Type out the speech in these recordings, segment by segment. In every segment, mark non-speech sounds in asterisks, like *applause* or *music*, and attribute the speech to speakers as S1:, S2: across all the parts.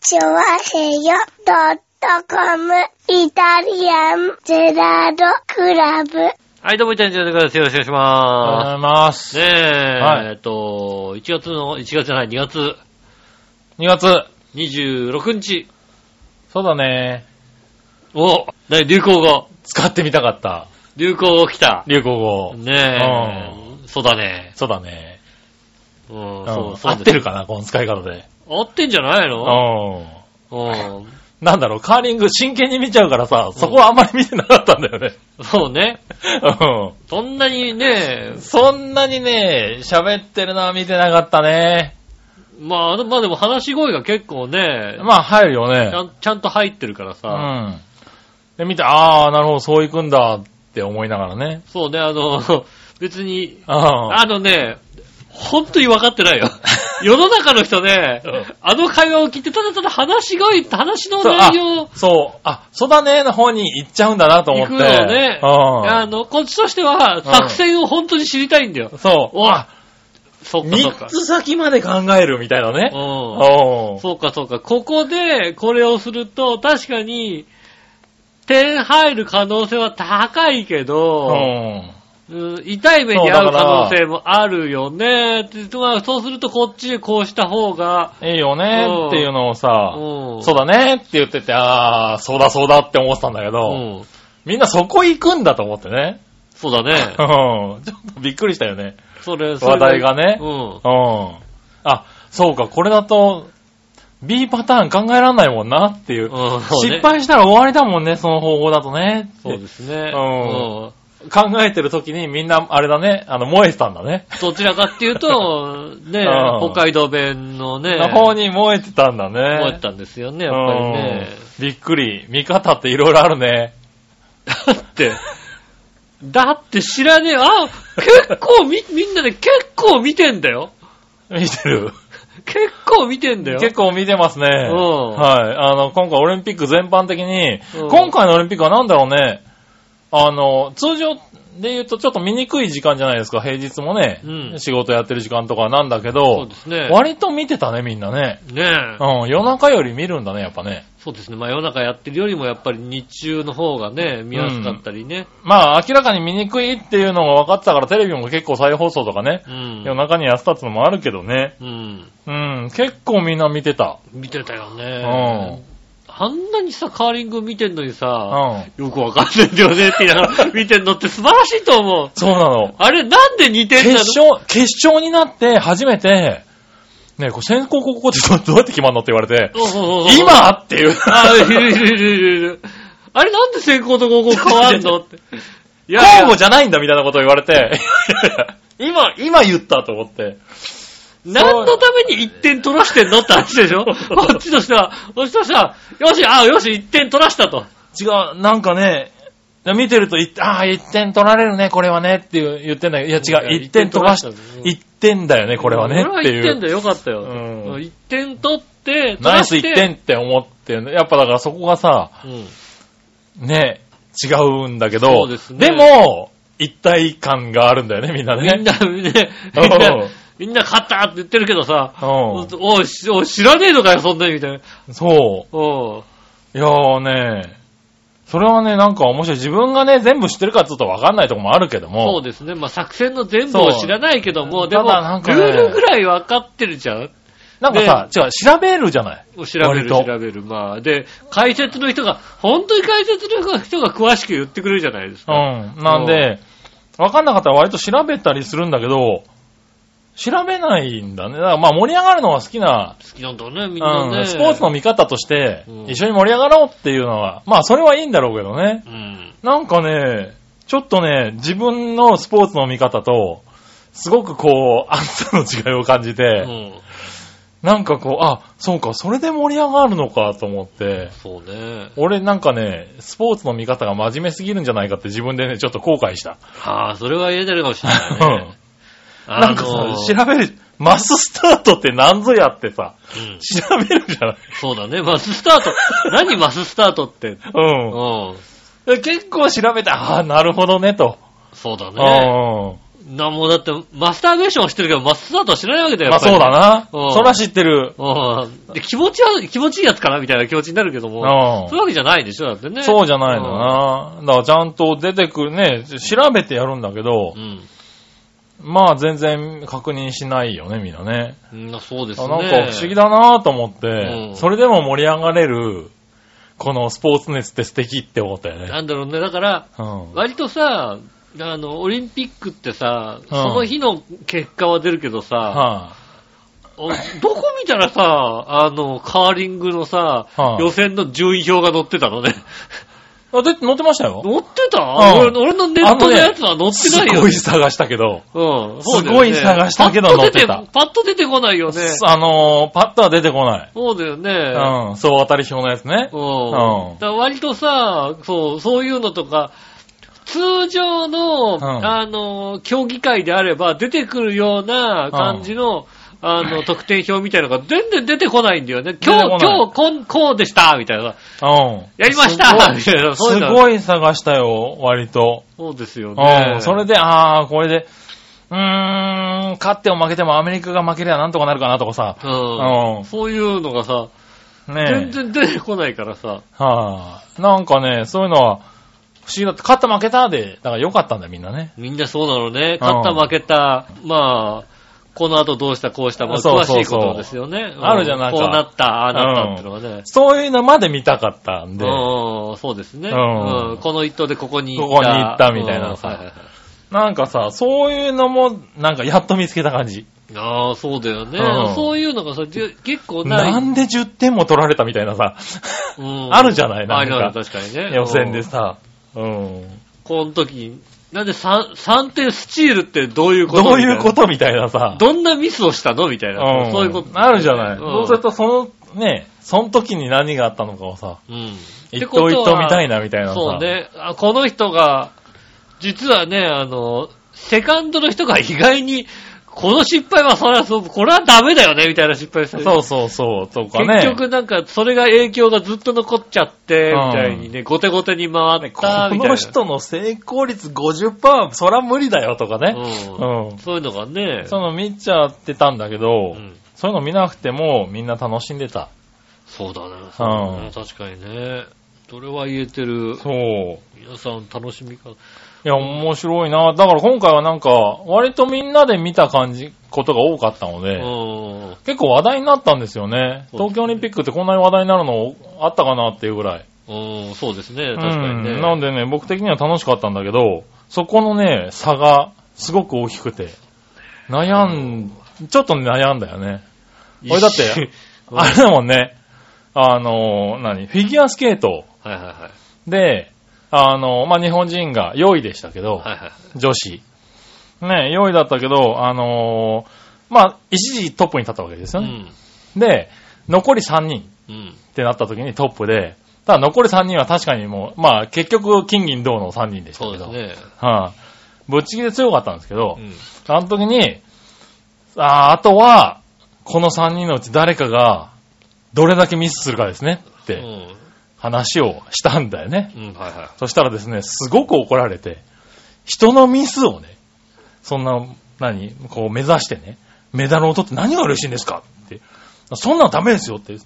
S1: チョワヘヨドットコムイタリアンゼラードクラブ。
S2: はい、どうもいただいてください。よろしくお願いしま
S3: ありがとうございます。
S2: す。ねえ、
S3: はい
S2: えっと、1月の、1月じゃない、2月
S3: 2月。
S2: 26日。
S3: そうだね。
S2: お、大流行語。
S3: 使ってみたかった。
S2: 流行語来た。
S3: 流行語。
S2: ねえ、そうだね。
S3: そうだね。
S2: うん、
S3: うん
S2: そう、そう
S3: 合ってる
S2: か。
S3: かな、この使い方で。
S2: 合ってんじゃないうの
S3: ん。
S2: うん。
S3: なんだろう、カーリング真剣に見ちゃうからさ、そこはあんまり見てなかったんだよね。
S2: そうね。
S3: うん。
S2: そんなにね、
S3: そんなにね、喋ってるのは見てなかったね。
S2: まああの、まあでも話し声が結構ね、
S3: まあ入るよね
S2: ち。ゃんちゃんと入ってるから
S3: う
S2: さ、
S3: ん。で、見て、ああ、なるほど、そういくんだって思いながらね。
S2: そうね、あの、別に、
S3: ああ。
S2: あのね、本当に分かって
S3: *laughs*
S2: ないよ。世の中の人ね
S3: うん、
S2: あの会話を聞いて、ただただ話し声、話の
S3: そう
S2: 内容を
S3: そう、あ、そうだねの方に行っちゃうんだなと思
S2: 聞く
S3: って。
S2: のをね、あの、こっちとしては、
S3: うん
S2: 作戦を本当に知りたいんだよ
S3: うん。。そう。
S2: お
S3: あ、
S2: そっかそっ
S3: 三
S2: か。
S3: つ先まで考えるみたいなね。
S2: うん。
S3: お
S2: そうかそうか。ここで、これをすると、確かに、点入る可能性は高いけ
S3: う
S2: ど、
S3: ん。
S2: うん痛い目に遭う可能性もあるよね。ってまあそうすると、こっちでこうした方が、
S3: いいよねっていうのを
S2: う
S3: さ、
S2: ん。
S3: そうだねって言ってて、ああ、そうだそうだって思ってたんだけ
S2: う
S3: ど、
S2: ん。
S3: みんなそこ行くんだと思ってね。
S2: そうだ
S3: *laughs*
S2: ね。
S3: うんちょっとびっくりしたよね。
S2: それ、それ
S3: 話題がね。
S2: う。
S3: うんん。あ、そうか、これだと、B パターン考えられないもんなっていう。
S2: うんそうね
S3: 失敗したら終わりだもんね、その方法だとね。
S2: そうですね。
S3: うん
S2: うん
S3: 考えてる時にみんな、あれだね、あの、燃えてたんだね。
S2: どちらかっていうと、ね
S3: う、ん
S2: 北海道弁のね、
S3: の方に燃えてたんだね。
S2: 思ったんですよね、やっぱりね。
S3: うん。びっくり。見方っていろいろあるね。
S2: だって、だって知らねえ、あ、結構み、みんなで結構見てんだよ。
S3: 見てる。
S2: 結構見てんだよ。
S3: 結構見てますね。
S2: うん
S3: はい。あの、今回オリンピック全般的に
S2: うん、
S3: 今回のオリンピックはなんだろうね。あの、通常で言うとちょっと見にくい時間じゃないですか。平日もね、
S2: うん
S3: 仕事やってる時間とかなんだけ
S2: そう
S3: ど、
S2: ですね。
S3: 割と見てたね、みんなね。
S2: ねえ。
S3: うん、夜中より見るんだね、やっぱね。
S2: そうですね。真夜中やってるよりもやっぱり日中の方がね、見やすかったりね。
S3: まあ、明らかに見にくいっていうのが分かってたから、テレビも結構再放送とかね、
S2: うん。
S3: 夜中にやってたってのもあるけどね。
S2: うん。
S3: うん、結構みんな見てた。
S2: 見てたよ
S3: う
S2: ね。
S3: ん。
S2: あんなにさ、カーリング見てんのにさ、
S3: うん。
S2: よくわかんないんだよねって言いな
S3: *laughs*
S2: がら見てんのって素晴らしいと思う。
S3: そうなの。
S2: あれ、なんで似てん
S3: 決
S2: だろ
S3: 勝、決勝になって初めて、ね、こう先行ここって *laughs* どどうやって決まんのって言われて、
S2: そうそうそうそう
S3: 今っていう。
S2: あ、いるいるいるいるいる。あれなんで先行と後攻変わんのって。いやいや
S3: 交互じゃ *laughs* ないんだみたいなことを言わ
S2: *laughs*
S3: れて、今、今言ったと思って。
S2: 何のために1点取らしてんのって話で
S3: *laughs*
S2: しょこっちとしては、こっちとしては、よし、あよし、1点取らしたと。
S3: 違う、なんかね、見てると、いああ、1点取られるね、これはねっていう言ってんだけど、いや違う、
S2: いや
S3: 1点取
S2: 一点取ら
S3: らし、
S2: したね
S3: 1点だよね、これはね
S2: 俺は
S3: ってい
S2: 1点
S3: う。
S2: だよ、よかったよ。
S3: うん
S2: 1点取って、取
S3: ナ
S2: ら
S3: イス
S2: して
S3: 1点って思ってるね、やっぱだからそこがさ、
S2: うん。
S3: ね、違うんだけど、
S2: そうですね
S3: も、一体感があるんだよね、みんなね。
S2: みんな、みん
S3: *laughs*
S2: な、みんな、みんな勝ったって言ってるけどさ、
S3: うん
S2: おい、しおい知らねえのかよ、そんなに、みたいな。
S3: そ
S2: おう
S3: う。いやーね、それはね、なんか面白い。自分がね、全部知ってるかちょっとわかんないとこもあるけど
S2: そ
S3: も
S2: う。ですね。まあ、作戦の全部を知らないけども、
S3: そう
S2: でも、ル
S3: ただなんかね
S2: ールぐらい分かってるじゃん
S3: なんかさ、違う、調べるじゃない。
S2: 調べる、
S3: 割と
S2: 調べる。まあ、で、解説の人が、本当に解説の人が人が詳しく言ってくれるじゃないです
S3: う
S2: か。
S3: ん。なんで、わかんなかったら割と調べたりするんだけど、調べないんだね。だからまあ盛り上がるのは好きな、
S2: 好きなんだね、みんなね。
S3: うん、スポーツの見方として
S2: うん、
S3: 一緒に盛り上がろうっていうのは、まあそれはいいんだろうけどね。
S2: うん。
S3: なんかね、ちょっとね、自分のスポーツの見方と、すごくこう、暑さの違いを感じて、
S2: うん。
S3: なんかこう、あ、そうか、それで盛り上がるのかと思って、
S2: そうね。
S3: 俺なんかね、スポーツの見方が真面目すぎるんじゃないかって自分でね、ちょっと後悔した。
S2: ああ、それは言えてるかもしれ
S3: う
S2: ない
S3: ん
S2: ね。あの
S3: なんかさ、調べる、マススタートって何ぞやってさ、
S2: うん
S3: 調べるじゃない。
S2: そうだね。マススタート。何マススタートって。う。
S3: うんん。で結構調べて、ああ、なるほどね、と。
S2: そうだね。
S3: う
S2: な、もうだって、マスターベーションは知ってるけど、マスターとは知らないわけだよ、
S3: ま
S2: や
S3: あ
S2: っぱり
S3: そうだな。
S2: うん
S3: そら知ってる。
S2: うん。で気持ちは、気持ちいいやつかなみたいな気持ちになるけど
S3: う
S2: も、
S3: ん
S2: そういう。わけじゃないでしょ、だってね。
S3: *laughs* そうじゃないのな。だからちゃんと出てくるね、調べてやるんだけど
S2: う、ん。
S3: まあ全然確認しないよね、みんなね。
S2: うん。そうです
S3: あ
S2: ね。
S3: なんか不思議だなと思って、
S2: うん
S3: それでも盛り上がれる、このスポーツ熱って素敵って思ったよね。
S2: なんだろうね、だから、
S3: うん。
S2: 割とさ、あの、オリンピックってさ、
S3: ん
S2: その日の結果は出るけどさ、
S3: は
S2: おどこ見たらさ、あの、カーリングのさ、
S3: はあ
S2: 予選の順位表が載ってたのね。 *laughs*
S3: い。あ、で、乗ってましたよ。
S2: 載ってた、
S3: ん
S2: 俺俺のネットのやつは載って
S3: す
S2: ないよ、
S3: ごい探したけど、
S2: うん。
S3: すごい探したけど
S2: パッと出
S3: 載って
S2: パッと出てこないよね。
S3: あのー、パッとは出てこない。
S2: そうだよね。
S3: うん。そう当たり表のやつね。
S2: うん
S3: うん
S2: だから割とさ、そう、そういうのとか、通常の、
S3: ん
S2: あの、競技会であれば出てくるような感じの、あの、得点表みたいなのが全然出てこないんだよね。今
S3: 出てこ
S2: 日、
S3: ない
S2: 今日こん、こうでしたみたいな。
S3: うん。
S2: やりましたみたいな。そう
S3: す
S2: うの
S3: ごい探したよ、割と。
S2: そうですよ
S3: う
S2: ね。
S3: ん。それで、あー、これで、うーん、勝っても負けてもアメリカが負けりゃなんとかなるかなとかさ。
S2: うん
S3: うん
S2: そういうのがさ、
S3: ねえ。
S2: 全然出てこないからさ。
S3: はあ、なんかね、そういうのは、不思議だって、勝った負けたで、だから良かったんだよ、みんなね。
S2: みんなそうなのね。
S3: うん
S2: 勝った負けた、まあ、この後どうしたこうした、まあ、
S3: そう
S2: 詳し
S3: そう
S2: い
S3: そ
S2: こ
S3: う
S2: とですよね。
S3: あるじゃんなんか
S2: こうなった、ああなったってのはね。
S3: そういうのまで見たかったん
S2: う
S3: で、
S2: ん、うんそうですね、う
S3: うん
S2: ん。この一投でここに行った。
S3: ここに行ったみたいな
S2: うんはいはいはい
S3: なんかさ、そういうのも、なんかやっと見つけた感じ。
S2: ああ、そうだよね、
S3: うん
S2: そういうのがさ、じゅ結構ない。
S3: なんで10点も取られたみたいなさ、
S2: うん
S3: あるじゃないなんか
S2: あるある確かにね。
S3: 予選で
S2: うん。
S3: さ、うん。
S2: この時、なんで 3, 3点スチールってどういうこと
S3: どういうこ
S2: み
S3: とみたいなさ
S2: たいな、どんなミスをしたのみたいな、
S3: ん
S2: そういうこと。
S3: あるじゃない。
S2: ん
S3: そうすると、その、ね、その時に何があったのかをさ、
S2: うん。
S3: 一頭一頭見たい
S2: な、
S3: な、みたいなさ。
S2: そうねあ。この人が、実はね、あの、セカンドの人が意外に、この失敗はそれはそう、これはダメだよね、みたいな失敗をしてる。
S3: そうそうそう、とかね。
S2: 結局なんか、それが影響がずっと残っちゃって、
S3: うん
S2: みたいにね、後手後手に回っ
S3: こ
S2: た、みたい
S3: の
S2: な。
S3: 人の成功率50%、そら無理だよとかね。
S2: うん
S3: うん
S2: そういうのがね、
S3: その見ちゃってたんだけど、
S2: うん
S3: そういうの見なくてもみんな楽しんでた。
S2: そうだね。そうだね確かにね。それは言えてる。
S3: そう。い
S2: 皆さん楽しみか。
S3: や、面白いな。だから今回はなんか、割とみんなで見た感じ、ことが多かったの
S2: う
S3: で、
S2: ん。
S3: 結構話題になったんですよね。
S2: そうですね
S3: 東京オリンピックってこんなに話題になるのあったかなっていうぐらい。
S2: うん、そうですね。確かにね。
S3: うんなんでね、僕的には楽しかったんだけど、そこのね、差がすごく大きくて、悩ん、ちょっとね悩んだよね。俺だ
S2: *laughs*
S3: って、
S2: うん
S3: あれだもんね、あの、何、フィギュアスケート
S2: はいはいはい。
S3: で、あの、まあ、日本人が4位でしたけど、
S2: はいはい。
S3: 女子。ね、4位だったけど、あのまあ、一時トップに立ったわけです
S2: う
S3: よね。
S2: ん。
S3: で、残り3人
S2: うん。
S3: ってなった時にトップで、ただ残り3人は確かにもう、まあ、結局、金銀銅の3人でした
S2: そう
S3: け
S2: で
S3: ど、
S2: すね。
S3: はい、ぶっちぎりで強かったんですけど、
S2: うん。
S3: あの時に、あーあとは、この3人のうち誰かが、どれだけミスするかですねっ
S2: う
S3: て
S2: ん
S3: 話をしたんだよね。
S2: うん、はいは
S3: そしたらですね、すごく怒られて、人のミスをね、そんな、何、こう目指してね、メダルを取って何が嬉しいんですかって。そんなのダメですよって。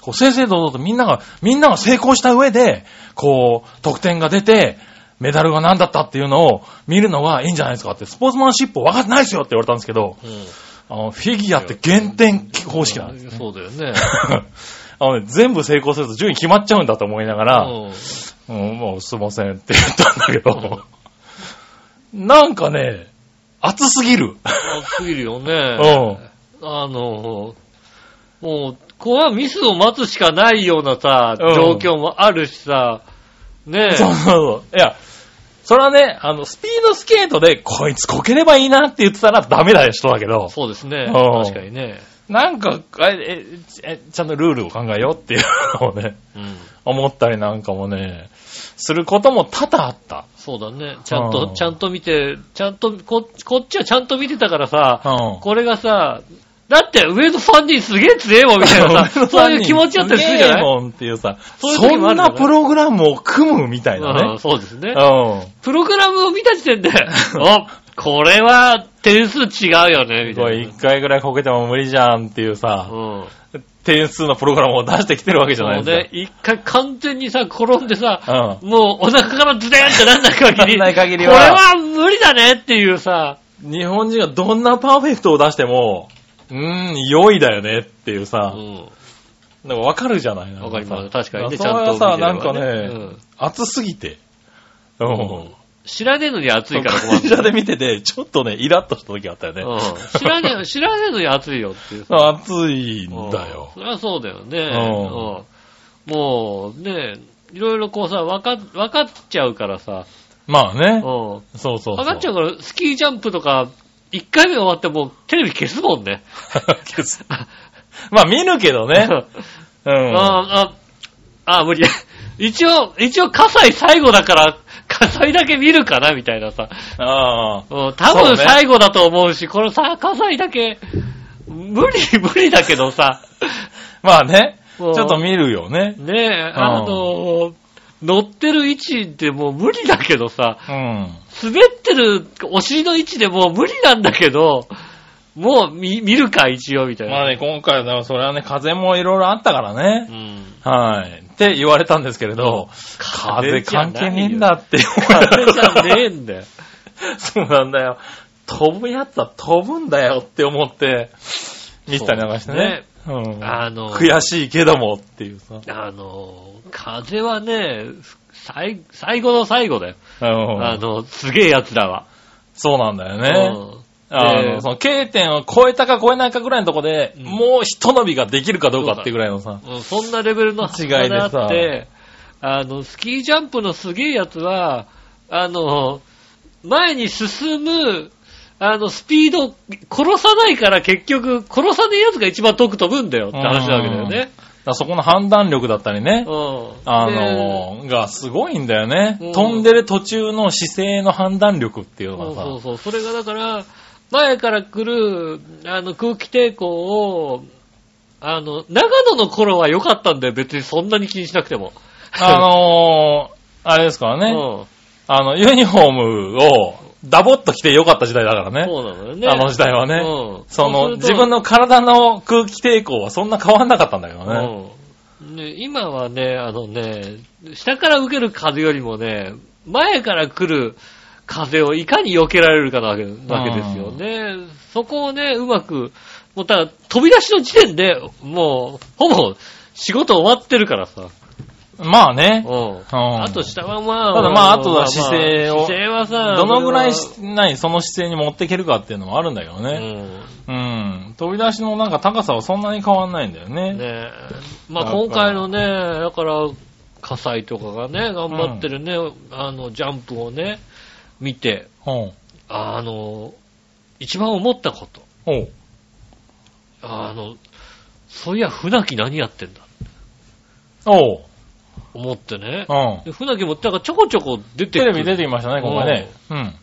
S3: こう、正々堂々とみんなが、みんなが成功した上で、こう、得点が出て、メダルが何だったっていうのを見るのはいいんじゃないですかって、スポーツマンシップ分かってないですよって言われたんですけど、
S2: い。うん。
S3: あの、フィギュアって減点方式なんです *laughs* ね。
S2: そうだよね。
S3: あのね、全部成功すると順位決まっちゃうんだと思いながら、
S2: うん
S3: うん、もうすいませんって言ったんだけど、なんかね、熱すぎる。
S2: あすぎるよ
S3: う
S2: ね。
S3: ん。
S2: あの、もう、これはミスを待つしかないようなさ、
S3: うん
S2: 状況もあるしさ、ね
S3: そうそうそう。いや、それはね、あの、スピードスケートで、こいつこければいいなって言ってたらダメだよ、人だけど、
S2: そうですね。
S3: うん
S2: 確かにね。
S3: なんか、え、ええ、ちゃんとルールを考えようっていうのをね、 *laughs*
S2: うん。
S3: 思ったりなんかもね、することも多々あった。
S2: そうだね。ちゃん
S3: う
S2: と、
S3: ん
S2: ちゃんと見て、ちゃんと、ここっちはちゃんと見てたからさ、
S3: うん。
S2: これがさ、だって、上の3人すげえ強えわ、みたいな
S3: *laughs*
S2: さ、 *laughs* そういう気持ちだったりするじゃ
S3: すげえ
S2: ない
S3: もんっていうさ、
S2: そういう
S3: そ
S2: 時もあ
S3: ん
S2: るよね
S3: なプログラムを組むみたいな
S2: うん
S3: ね。
S2: そうですね。
S3: うん。
S2: プログラムを見た時点で、
S3: *laughs*
S2: お、これは点数違うよね、み
S3: こ
S2: た
S3: れ
S2: い
S3: 一回ぐらいこけても無理じゃんっていう
S2: な。
S3: さ、
S2: うん。
S3: 点数のプログラムを出してきてるわけじゃない
S2: もうね
S3: で、
S2: 一回完全にさ、転んでさ
S3: す、か。
S2: もうお腹からズデーンってなんない限り、
S3: なんない限り
S2: こ
S3: は
S2: れは無理だねっていうさ、
S3: うん。日本人がどんなパーフェクトを出しても、うーん、良いだよねっていう
S2: う
S3: さ、
S2: ん。
S3: なんかわかるじゃないなん
S2: わ
S3: さ
S2: かります。確かにね、ち
S3: それ
S2: ゃんと
S3: は
S2: 見てれば
S3: さ、
S2: ね。
S3: なんかね、
S2: うん
S3: 熱すぎて。うん。
S2: うん知らねえのに暑いから困
S3: こ *laughs*
S2: る。
S3: ちらで見てて、ちょっとね、イラッとした時あったよね。
S2: うん知らねえ、知らねえのに暑いよっていうさ。
S3: 暑いんだよ
S2: うん。そりゃそうだよね。
S3: う
S2: うんもう、ねいろいろこうさ、わか、わかっちゃうからさ、
S3: まあ
S2: うん
S3: ね。そうそうそう。
S2: わかっちゃうから、スキージャンプとか、一回目終わってもうテレビ消すもんね。
S3: 消す *laughs* まあ見るけどね。う
S2: うん
S3: ん。
S2: あ、あ、あ、無理。一応、一応、火災最後だから、火災だけ見るかなみたいなさ。
S3: ああ。
S2: うん、多
S3: そ
S2: 分
S3: うね
S2: 最後だと思うし、このさ、火災だけ、無理、無理だけどさ。
S3: まあね。ち
S2: うん
S3: ょっと見るよね。
S2: ねえ、あの、乗ってる位置でもう無理だけどさ、
S3: うん。
S2: 滑ってるお尻の位置でもう無理なんだけど、もう見見るか、一応、みたいな。
S3: まあね、今回はそれはね、風もいろいろあったから
S2: う
S3: ね。 *laughs*
S2: ん。
S3: はい。って言われたんですけれど、
S2: 風
S3: 風
S2: じゃない
S3: 関
S2: よ
S3: 係ねえんだって。
S2: 風じゃねえんだよ。
S3: *laughs* そうなんだよ。飛ぶやつは飛ぶんだよって思って、見てたりなんかしてね。うん
S2: あの
S3: 悔しいけどもっていうさ。
S2: あの、風はね、最最後の最後だよ。
S3: うん
S2: あの、すげえ奴らは。
S3: そうなんだよね。
S2: うん
S3: あ
S2: で
S3: の、その K 点を超えたか超えないかぐらいのとこで、
S2: うん
S3: もうひと伸びができるかどうかってぐらいのさ。
S2: うんそんなレベルの
S3: 違いでさ
S2: があって、あの、スキージャンプのすげえやつは、あの、前に進む、あの、スピード、殺さないから結局、殺さねえやつが一番遠く飛ぶんだよって話なわけだよね。
S3: だからそこの判断力だったりね
S2: う。ん。
S3: あ
S2: で
S3: のがすごいんだよね、
S2: うん
S3: 飛んでる途中の姿勢の判断力っていう
S2: そ
S3: のがさ。
S2: うそうそう。それがだから、前から来る、あの、空気抵抗を、あの、長野の頃は良かったんだよ。別にそんなに気にしなくても。
S3: あのーあれですから
S2: *laughs*
S3: ね。
S2: うん
S3: あの、ユニフォームをダボっと着てよかった時代だからね。
S2: そうなのよね。
S3: あの時代はね。
S2: うん
S3: そう
S2: す
S3: の、
S2: ると
S3: 自分の体の空気抵抗はそんな変わんなかったんだけどね。
S2: うんね今はね、あのね、下から受ける風よりもね、前から来る風をいかに避けられるかなわけわけですよね。そこをね、うまく、もうただ、飛び出しの時点でもう、ほぼ仕事終わってるからさ。
S3: まあ
S2: う
S3: ね。
S2: ん。
S3: うん
S2: あと下はまあ、
S3: ただまああとは姿勢
S2: 姿
S3: を
S2: 勢はさ、
S3: どのぐらい
S2: そ
S3: し、ない、その姿勢に持っていけるかっていうのもあるんだけど
S2: れは
S3: ね。
S2: うん
S3: うん。飛び出しのなんか高さはそんなに変わんないんだよね。
S2: ねえ。まあ
S3: だから
S2: 今回のね、だから、火災とかがね、頑張ってるね、あの、ジャンプをね、見て、
S3: うん。
S2: あの、一番思ったこと。
S3: おう
S2: あの、そういや、船木何やってんだ。
S3: おう。
S2: 思ってね
S3: う。ん。
S2: で船木も、だからちょこちょこ出て
S3: テレビ出て
S2: る。
S3: きましたね、今回ね。うん。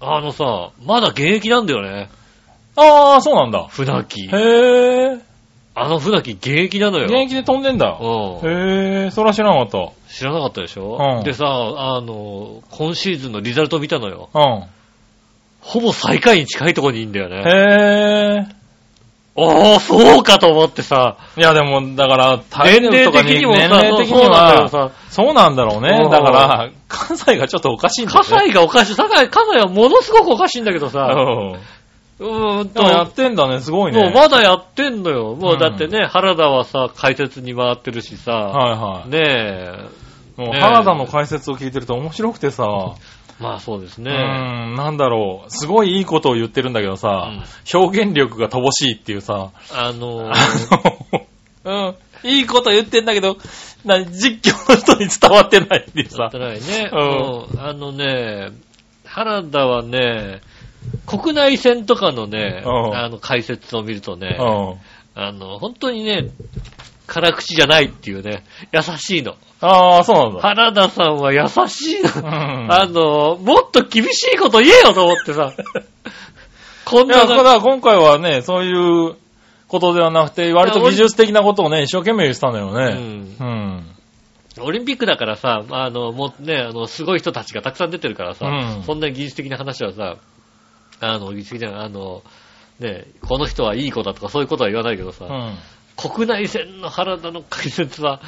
S2: あのさ、まだ現役なんだよね。
S3: ああ、そうなんだ。
S2: 船木。
S3: へえ。
S2: あの船木現役なのよ。
S3: 現役で飛んでんだ。
S2: うん。
S3: へえ、そら知らなかっ
S2: 知らなかったでしょ、
S3: うん
S2: でさ、あの、今シーズンのリザルト見たのよ。
S3: た。うん。
S2: ほぼ最下位に近いところにいんだよね。
S3: へえ。
S2: おー、そうかと思ってさ、
S3: いやでも、だから、
S2: 年齢的にもさ、
S3: 年齢的
S2: そう
S3: に
S2: なんだけど
S3: は、
S2: さ、
S3: そうなんだろう
S2: う
S3: ね
S2: ん。
S3: だから、関西がちょっとおかしいんだ
S2: 火
S3: よね。
S2: 災がおかしい。火災、火災はものすごくおかしいんだけどさ、
S3: うん
S2: うーん
S3: で
S2: と、
S3: もやってんだね、すごいね。
S2: もうまだやってんのよ。もううんだってね、原田はさ、解説に回ってるしさ、
S3: はいはい。
S2: ね
S3: もう
S2: ねえ
S3: 原田の解説を聞いてると面白くてさ、
S2: え、まあそうです
S3: うー
S2: ね。
S3: ん、なんだろう、すごいいいことを言ってるんだけどさ、表現力が乏しいっていうさ、
S2: あのー、
S3: うん、いいこと言ってんだけど、な実況の人に伝わってないっていう
S2: や
S3: さ
S2: って、ないね。
S3: う
S2: うんあのね、原田はね、国内線とかのね、
S3: うん
S2: あの解説を見るとね、
S3: うん。
S2: あの、本当にね、辛口じゃないっていうね、優しいの。
S3: ああ、そうなんだ。
S2: 原田さんは優しいの。
S3: うん
S2: あの、もっと厳しい
S3: *laughs*
S2: こと言えよと思ってさ。こん
S3: いや、
S2: な
S3: だから今回はね、そういう、ことではなくて、割と技術的なことをね、一生懸命言ってたんだよ
S2: う
S3: ね。
S2: ん。
S3: うん。
S2: オリンピックだからさ、あの、もうね、あの、すごい人たちがたくさん出てるからさ、
S3: うん
S2: そんな技術的な話はさ、あの、技術的な、あの、ね、この人はいい子だとかそういうことは言わないけどさ、
S3: うん。
S2: 国内線の原田の解説は、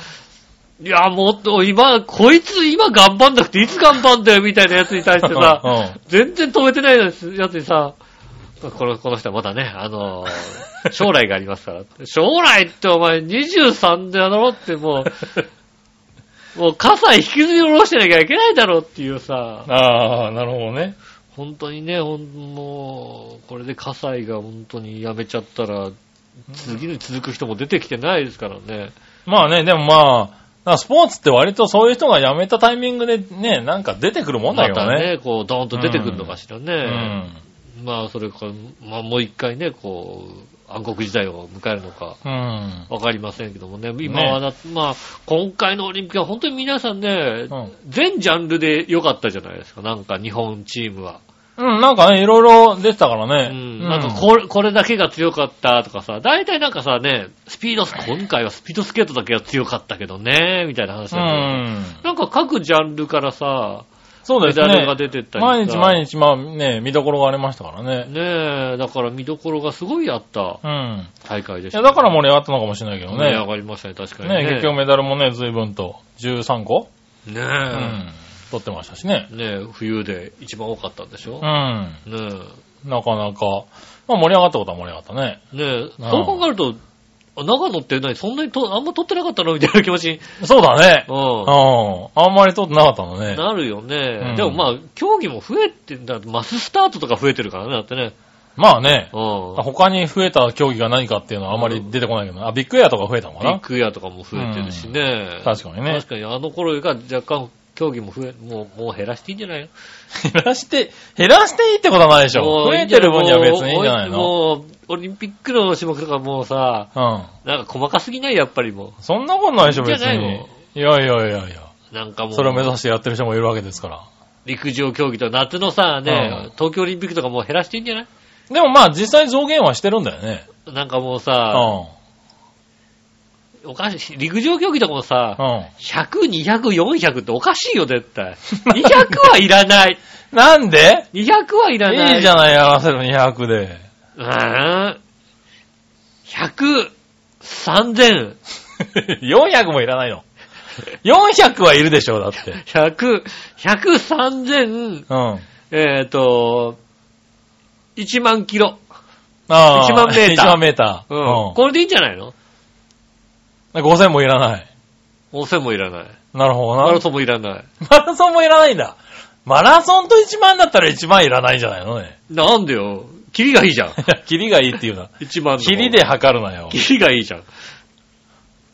S2: いや、もっと今、こいつ今頑張んなくていつ頑張んだよみたいなやつに対
S3: *laughs*
S2: してさ、 *laughs* 全然止めてないやつやつにさ、このこの人はまだね、あのー将来がありますから。将来ってお前23でだろってもう、 *laughs* もう傘引きずり下ろしてなきゃいけないだろっていうさ、
S3: ああ、なるほどね。
S2: 本当にね、ほんもう、これで葛西が本当にやめちゃったら、次に続く人も出てきてないですからね。
S3: まあね、でもまあ、なんかスポーツって割とそういう人が辞めたタイミングでね、なんか出てくるもんだ
S2: ま
S3: けど
S2: た
S3: ね。
S2: ね、こう、ドーンと出てくるのかしら
S3: う
S2: ね。
S3: ん。
S2: まあ、それか、まあ、もう一回ね、こう、暗黒時代を迎えるのか。
S3: うん。
S2: わかりませんけどもね、今はだって、まあ、今回のオリンピックは本当に皆さんね、
S3: うん
S2: 全ジャンルで良かったじゃないですか、なんか日本チームは。
S3: うん、なんかね、いろいろ出てたから
S2: う
S3: ね。
S2: ん。なんかこれ、これだけが強かったとかさ、大体なんかさね、スピードス、今回はスピードスケートだけが強かったけどね、みたいな話だけ
S3: うん。
S2: どなんか各ジャンルからさ、
S3: そう
S2: メ
S3: です
S2: ダル
S3: ね
S2: が。出てったりさ。
S3: 毎日毎日、まあね、見どころがありましたから
S2: ね
S3: ね。
S2: え、だから見どころがすごいあった
S3: うん。
S2: 大会でし
S3: い
S2: た
S3: や、
S2: ね、
S3: だから盛り上がったのかもしれないけど
S2: 盛り上
S3: ね。
S2: がりましたね、確かにね。
S3: ね、結局メダルもね、随分と13個
S2: ねえ。
S3: うん。取ってましたしね。
S2: ねえ、冬で一番多かったんでしょ、
S3: うん。
S2: ね
S3: なかなか、まあ盛り上がったことは盛り上がったね。
S2: え、ねえ、
S3: うん
S2: そう考えると、あ長野って何そんなにと、あんま撮ってなかったのみ *laughs* たいな気持ちに、
S3: そうだね。う。
S2: うん
S3: あんまり取ってなかったの
S2: ん、
S3: ね。
S2: なるよね、
S3: うん
S2: でもまあ、競技も増えて、だってマススタートとか増えてるからね、だってね。
S3: まあね。
S2: うん。
S3: 他に増えた競技が何かっていうのはあんまり出てこないけど、あ、ビッグエアとか増えたのか
S2: ビッ
S3: な
S2: グエアとかも増えてるしね。
S3: 確かにね
S2: 確。かに、あの頃が若干、競技も増え、もう、もう減らしていいんじゃないの
S3: 減らして、減らしていいってことはないでしょ。
S2: もう
S3: 増えてる分には別にいいんじゃないの
S2: もう、もうオリンピックの種目とかもうさ、
S3: うん。
S2: なんか細かすぎない、やっぱりも
S3: そんなことないでしょ、別
S2: じゃない
S3: に
S2: も。
S3: いやいやいやいや。
S2: う。なんかもう。
S3: それを目指してやってる人もいるわけですから。
S2: 陸上競技と夏のさ、ね、
S3: うん
S2: 東京オリンピックとかもう減らしていいんじゃない
S3: でもまあ実際増減はしてるんだよね。
S2: なんかもう
S3: う
S2: さ、
S3: ん。
S2: おかしい。陸上競技とかもさ、
S3: うん。
S2: 100、200、400っておかしいよ、絶対。200はいらない。
S3: なんで
S2: 200はいらない。
S3: いいじゃない、やらせる200で。
S2: *laughs* うーん。100、3000、
S3: 400もいらないの。400はいるでしょ、
S2: *laughs*
S3: だって。
S2: 100、100、3000、
S3: うん。あ
S2: えっ、と、1万キロ。
S3: あ
S2: 1万メーター
S3: 1万メーター。
S2: うん。これでいいんじゃないの
S3: うん。5000もいらない。
S2: ?5000 もいらない。
S3: なるほどな。
S2: マラソンもいらない。
S3: マラソンもいらないんだ。マラソンと1万だったら1万いらないんじゃないのね。
S2: なんでよ。キリがい
S3: *laughs*
S2: いじゃん。
S3: いや、キリがいいっ
S2: *laughs*
S3: ていうな。
S2: 一番の。
S3: キリで。測るなよ。
S2: キリがいいじゃん。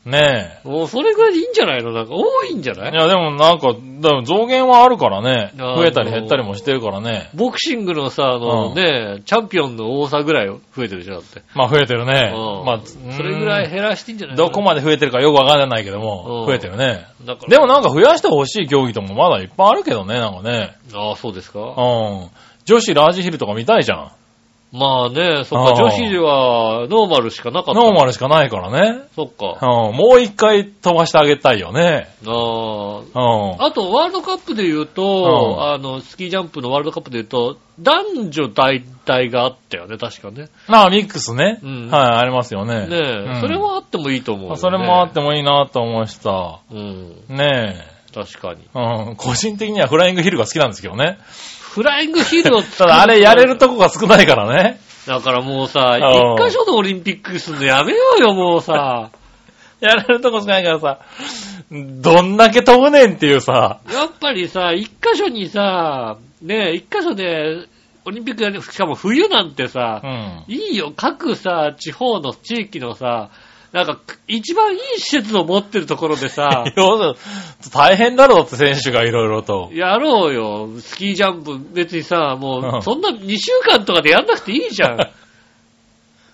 S3: ね
S2: もうそれぐらいでいいんじゃないのなんか多いんじゃな
S3: え。
S2: い
S3: いや、でもなんか、でも増減はあるからね。
S2: あー
S3: 増えたり減ったりもしてるからね。
S2: ボクシングのさ、あの
S3: うん
S2: ね、チャンピオンの多さぐらい増えてるじゃんだって。
S3: まあ増えてるね
S2: う。ん
S3: まあ、
S2: それぐらい減らしていいんじゃないの
S3: どこまで増えてるかよくわからないけど
S2: う
S3: も
S2: ん、
S3: 増えてるね。
S2: だから
S3: でもなんか増やしてほしい競技ともまだいっぱいあるけどね、なんかね。
S2: ああ、そうですか。
S3: うん。女子ラージヒルとか見たいじゃん。
S2: まあね、そっか、
S3: あー
S2: 女子ではノーマルしかなかった。
S3: ノーマ
S2: ル。
S3: ルしかないからね。
S2: そっ
S3: う
S2: か。
S3: ん。もう一回飛ばしてあげたいよね。
S2: あ
S3: うん
S2: あ。。あと、ワールドカップで言うと、
S3: うん
S2: あの、スキージャンプのワールドカップで言うと、男女大体があったよね、確かね。
S3: まあ、ミックスね。
S2: うん
S3: はい、ありますよね。
S2: ねえ、
S3: うん
S2: それもあってもいいと思うよ、
S3: まあ
S2: ね。
S3: それもあってもいいなと思いました。
S2: うん、
S3: ね
S2: 確かに。
S3: え。うん。個人的にはフライングヒルが好きなんですけどね。
S2: フライングヒルを
S3: *laughs* ただ、あれやれるとこが少ないからね。
S2: だからもうさ、
S3: うん
S2: 一箇所のオリンピックすんのやめようよ、もうさ。
S3: *laughs* やれるとこ少ないからさ、どんだけ飛ぶねんっていうさ。
S2: やっぱりさ、一箇所にさ、ねえ、一箇所で、オリンピックやる、しかも冬なんてさ
S3: う、ん。、
S2: いいよ、各さ、地方の地域のさ、なんか、一番いい施設を持ってるところで *laughs* さ
S3: 要する大変だろうって選手がいろいろと。
S2: やろうよ、スキージャンプ、別にさ、
S3: う
S2: もう、
S3: ん
S2: そんな2週間とかでやんなくていいじゃん。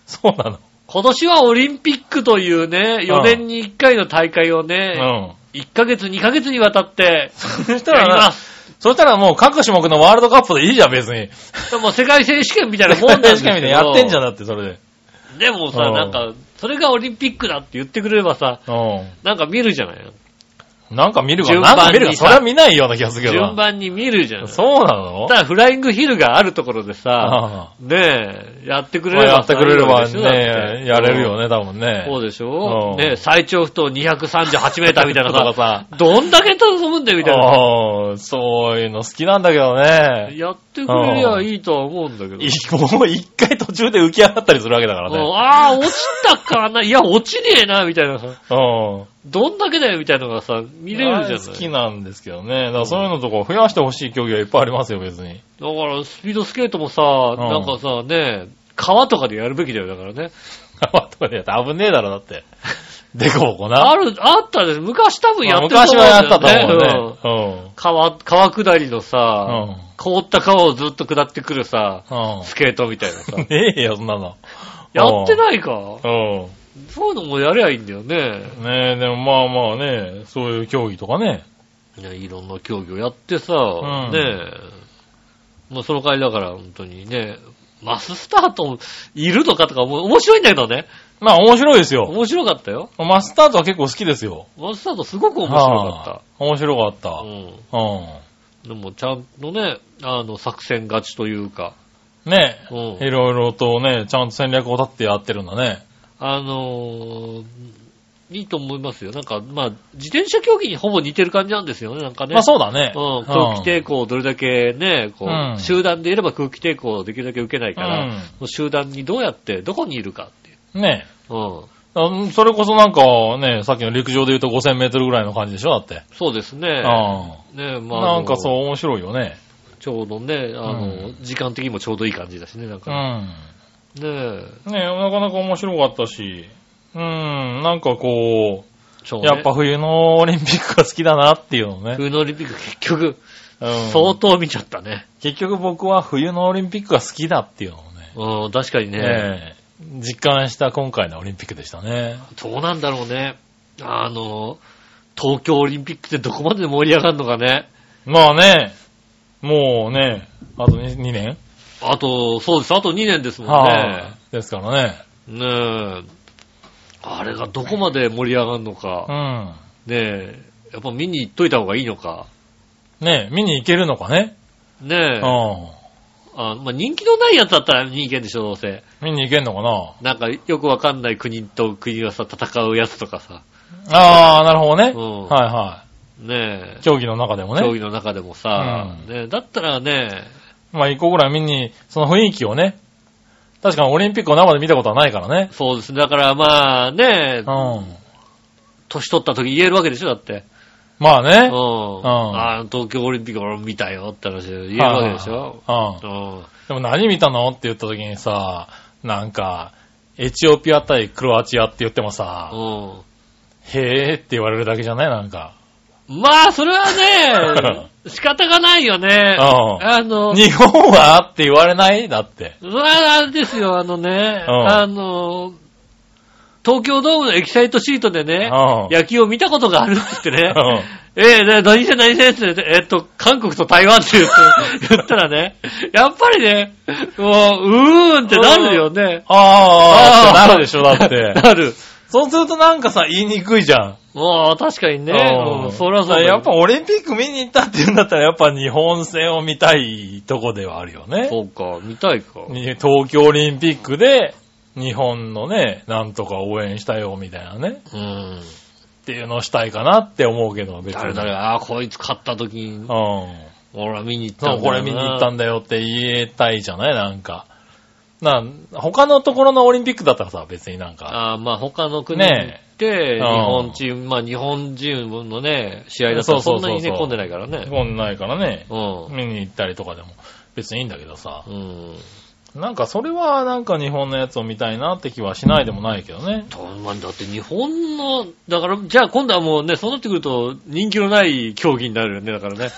S3: そうなの。
S2: 今年はオリンピックというね、4年に1回の大会を
S3: う
S2: ね、
S3: ん。
S2: 1ヶ月、2ヶ月にわたって、
S3: そした
S2: や
S3: ら
S2: り
S3: な
S2: ま、す。
S3: そしたらもう各種目のワールドカップでいいじゃん、別に。
S2: でも世界選手権みたいなもんなん
S3: 確
S2: です
S3: かに
S2: けど
S3: やってんじゃん、だってそれで。
S2: でもさ、
S3: うん
S2: なんか、それがオリンピックだって言ってくれればさ、
S3: う
S2: なんか見るじゃない
S3: ん。なんか見るわ。
S2: 順
S3: な
S2: 番に
S3: んか見るわ。それは見ないような気がするけどな。
S2: 順番に見るじゃない
S3: そうなの
S2: ただフライングヒルがあるところでさ、
S3: あ
S2: ねえ、やってく
S3: あ
S2: れれば
S3: やってくれれば
S2: 最後でしょだっ
S3: ね、
S2: て
S3: やれるよね、多分ね。
S2: そうでしょ
S3: うん
S2: ねえ最長不倒238メーターみたいな
S3: とか *laughs*
S2: さ、どんだけ飛ぶんだよみたいな。
S3: うんそういうの好きなんだけどね。
S2: やってくれりゃいいとは思うんだけど。
S3: いもう一回途中で浮き上がったりするわけだから
S2: う
S3: ね
S2: ん。ああ、落ちたかな。いや、落ちねえな、みたいなさ。
S3: うん。
S2: どんだけだよ、みたいなのがさ、見れるじゃな
S3: 大好
S2: い。
S3: きなんですけどね。だからそういうのとか増やしてほしい競技はいっぱいありますよ、別に。 *laughs*
S2: だから、スピードスケートもさ、
S3: ん
S2: なんかさ、ね、川とかでやるべきだよ、だからね。
S3: 川とかでやって危ねえだろ、だって。でこぼこな。
S2: ある、あったです。昔多分やってた
S3: 昔はやっ
S2: ん
S3: たと
S2: だよ
S3: 思
S2: ん
S3: うね。
S2: 川、川下りの
S3: う
S2: さ、
S3: ん。うん。
S2: 凍った川をずっと下ってくるさ、
S3: う
S2: スケートみたいな
S3: *laughs*
S2: さ
S3: ん。。ねえよ、そんなの。
S2: やって
S3: い
S2: ないか
S3: うん。
S2: そういうのもやりゃいいんだよね。
S3: ねえ、でもまあまあね、そういう競技とかね。
S2: いや、いろんな競技をやってさ、
S3: ん
S2: ねえ。もうその代わりだから、本当にね、マススタートいるのかとか思う、面白いんだけどね。
S3: まあ面白いですよ。
S2: 面白かったよ。
S3: マスタートは結構好きですよ。
S2: マススタートすごく面白かっ
S3: った。面白かった
S2: た。。うん。
S3: う
S2: でも、ちゃんとね、あの、作戦勝ちというか、
S3: ん。ね
S2: う
S3: え、い
S2: ん。
S3: ろいろとね、ちゃんと戦略を立ってやってるんだね。
S2: あのーいいと思いますよ。なんか、まあ、自転車競技にほぼ似てる感じなんですよね、なんかね。
S3: まあそうだね。
S2: うん、空気抵抗をどれだけね、こう、
S3: うん
S2: 集団でいれば空気抵抗をできるだけ受けないから、
S3: うん
S2: もう集団にどうやって、どこにいるかっていう。
S3: ね
S2: うん。
S3: え。あそれこそなんかね、さっきの陸上で言うと5000メートルぐらいの感じでしょだって。
S2: そうですね。
S3: う
S2: ね
S3: ん。
S2: まあ、あ
S3: な
S2: の
S3: んかそう面白いよね。
S2: ちょうどね、あの、
S3: う
S2: 時間的にもちょうどいい感じだしね、なん
S3: う
S2: か。
S3: ん。
S2: ねえ、
S3: ねえ、なかなか面白かったし。うん、なんかこ
S2: そう
S3: う、
S2: ね。
S3: やっぱ、冬のオリンピックが好きだなっていうのね。
S2: 冬のオリンピック結局、
S3: うん
S2: 相当見ちゃったね。
S3: 結局僕は冬のオリンピックが好きだっていうのをね、
S2: うん、確かにね。
S3: ええ実感した今回のオリンピックでしたね。
S2: どうなんだろうね。あの、東京オリンピックってどこまで盛り上がるのかね。
S3: まあね、もうね、あと 2, 年、
S2: あと、そうです。あと2年ですもんね。
S3: はい、ですからね。
S2: ねえ。あれがどこまで盛り上がるのか
S3: う。ん。
S2: ねえ。やっぱ見に行っといた方がいいのか。
S3: ね見に行けるのかね。
S2: ね
S3: う
S2: え
S3: ん。。
S2: あまあ、人気のないやつだったら見に行けんでしょ、どうせ。
S3: 見に行けるのか
S2: な
S3: な。
S2: んかよくわかんない国と国がさ、戦うやつとかさ。
S3: ああ、なるほどね。
S2: うん
S3: はいは
S2: ねえ
S3: い。。競技の中でも
S2: 競
S3: ね。
S2: 技の中でもさ、
S3: うん
S2: ねえだったらね、
S3: まあ一個ぐらい見に、その雰囲気をね。確かにオリンピックを生で見たことはないからね。
S2: そうですね。だからまあね
S3: う、ん。
S2: 年取った時言えるわけでしょ、だって。
S3: まあ
S2: う
S3: ね
S2: ん。。あー東京オリンピック俺見たよって話で言えるわけでしょ。
S3: うん。
S2: うん。
S3: でも何見たのって言った時にさ、なんか、エチオピア対クロアチアって言ってもさ、
S2: うん。
S3: へーって言われるだけじゃないなんか。
S2: まあ、それ
S3: *laughs*
S2: はね、仕方がないよね。
S3: うん
S2: あの、
S3: 日本はって言われないだって。
S2: うわあれですよ、あのね、
S3: うん
S2: あの、東京ドームのエキサイトシートで
S3: う
S2: ね
S3: ん。、うん
S2: 野球を見たことがあるって言ってね、ええ、ね何せ何せって言って、えっと、韓国と台湾って言っ
S3: *laughs*
S2: て言ったらね、やっぱりね、もう、うーんってなるよね。
S3: あーって
S2: ー
S3: なるでしょだっ
S2: *laughs*
S3: て。
S2: なる。
S3: そうするとなんかさ、言いにくいじゃん。
S2: もう、確かにね、
S3: うん
S2: うんそらそうだよ
S3: やっぱオリンピック見に行ったって言うんだったら、やっぱ日本戦を見たいとこではあるよね。
S2: そうか、見たいか。
S3: に東京オリンピックで、日本のね、なんとか応援したよ、みたいなね。
S2: うん。
S3: っていうのをしたいかなって思うけど、別
S2: 誰
S3: に。
S2: 々、ああ、こいつ勝った時に
S3: う、ん。
S2: 俺は見に行ったんだ
S3: そ
S2: よ
S3: う、
S2: な
S3: これ見に行ったんだよって言えたいじゃないなんか。なん、他のところのオリンピックだったらさ、別になんか。
S2: ああ、まあ他の国に行
S3: ね
S2: って、
S3: うん
S2: 日本チーム、まあ日本人のね、試合だったら
S3: そ
S2: そう
S3: そうんそうそう
S2: なにね、混んでないからね。
S3: 本ないからね、
S2: うん。
S3: 見に行ったりとかでも別にいいんだけどさ
S2: う。ん。
S3: なんかそれはなんか日本のやつを見たいなって気はしないでもないけどね。
S2: とまあだって日本の、だから、じゃあ今度はもうね、そうなってくると人気のない競技になるよね、だから
S3: *laughs*
S2: ね。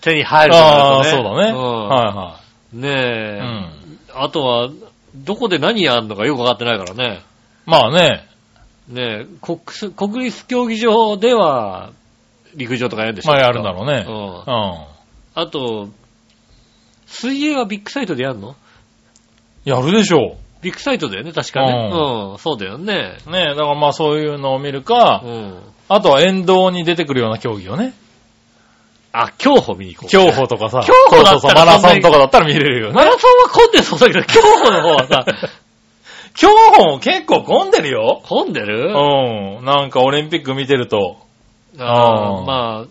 S2: 手に入ると
S3: あ
S2: な
S3: あ、
S2: る
S3: そ
S2: と
S3: うだね。
S2: ね。
S3: は
S2: うん。ね
S3: い
S2: え。
S3: はい。うん。
S2: あとは、どこで何やるのかよくわかってないからね。
S3: まあね、
S2: ねえ、国す国立競技場では、陸上とかやるんでしょ
S3: まあやるんだろうね。
S2: うん
S3: う。ん。
S2: あと、水泳はビッグサイトでやるの
S3: やるでしょう。
S2: ビッグサイトだよね、確かね。
S3: う
S2: うん、そうだよね。
S3: ねえ、だからまあそういうのを見るか、
S2: うん。
S3: あとは沿道に出てくるような競技をね。
S2: あ、競歩見に行こう。
S3: 競歩とかさ、
S2: 競歩だった
S3: そうそうそう
S2: ら
S3: マラソ
S2: そんな
S3: ン
S2: に
S3: とかだったら見れるよね。
S2: マラソンは混んでそうだけど、競歩の方は
S3: *laughs*
S2: さ、
S3: 競歩も結構混んでるよ。
S2: 混んでる
S3: うん。なんかオリンピック見てると。
S2: あ
S3: う
S2: ー
S3: ん
S2: ま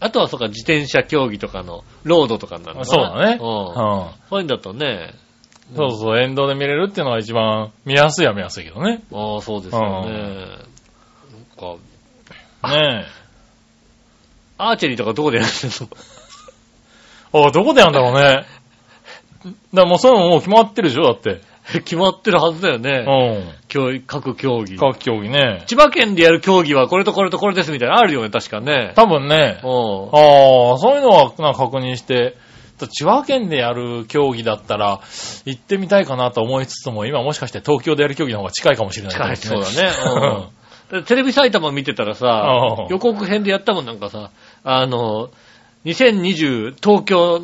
S2: あ、あとはそうか、自転車競技とかの、ロードとかになるのか
S3: そうだね。
S2: うん。
S3: うん。
S2: そういうんだとね、
S3: そうそう、沿道で見れるっていうのが一番見やすいは見やすいけどね。
S2: ああ、そうですよね。
S3: う
S2: なんか、
S3: ねえ。
S2: アーチェリーとかどこでやるの *laughs*
S3: あどこでやんだろうね。だからもうそういうのもう決まってるでしょだって。
S2: 決まってるはずだよね。
S3: う
S2: 競技各競技
S3: ん。。各競技ね。
S2: 千葉県でやる競技はこれとこれとこれですみたいなのあるよね、確かね。
S3: 多分ね。
S2: うん。
S3: ああ、そういうのはなんか確認して、千葉県でやる競技だったら、行ってみたいかなと思いつつも、今もしかして東京でやる競技の方が近いかもしれない、
S2: 近いそうだねうんでテレビ埼玉見てたらさ
S3: *laughs* う、ん
S2: 予告編でやったもんなんかさ、あの、2020東京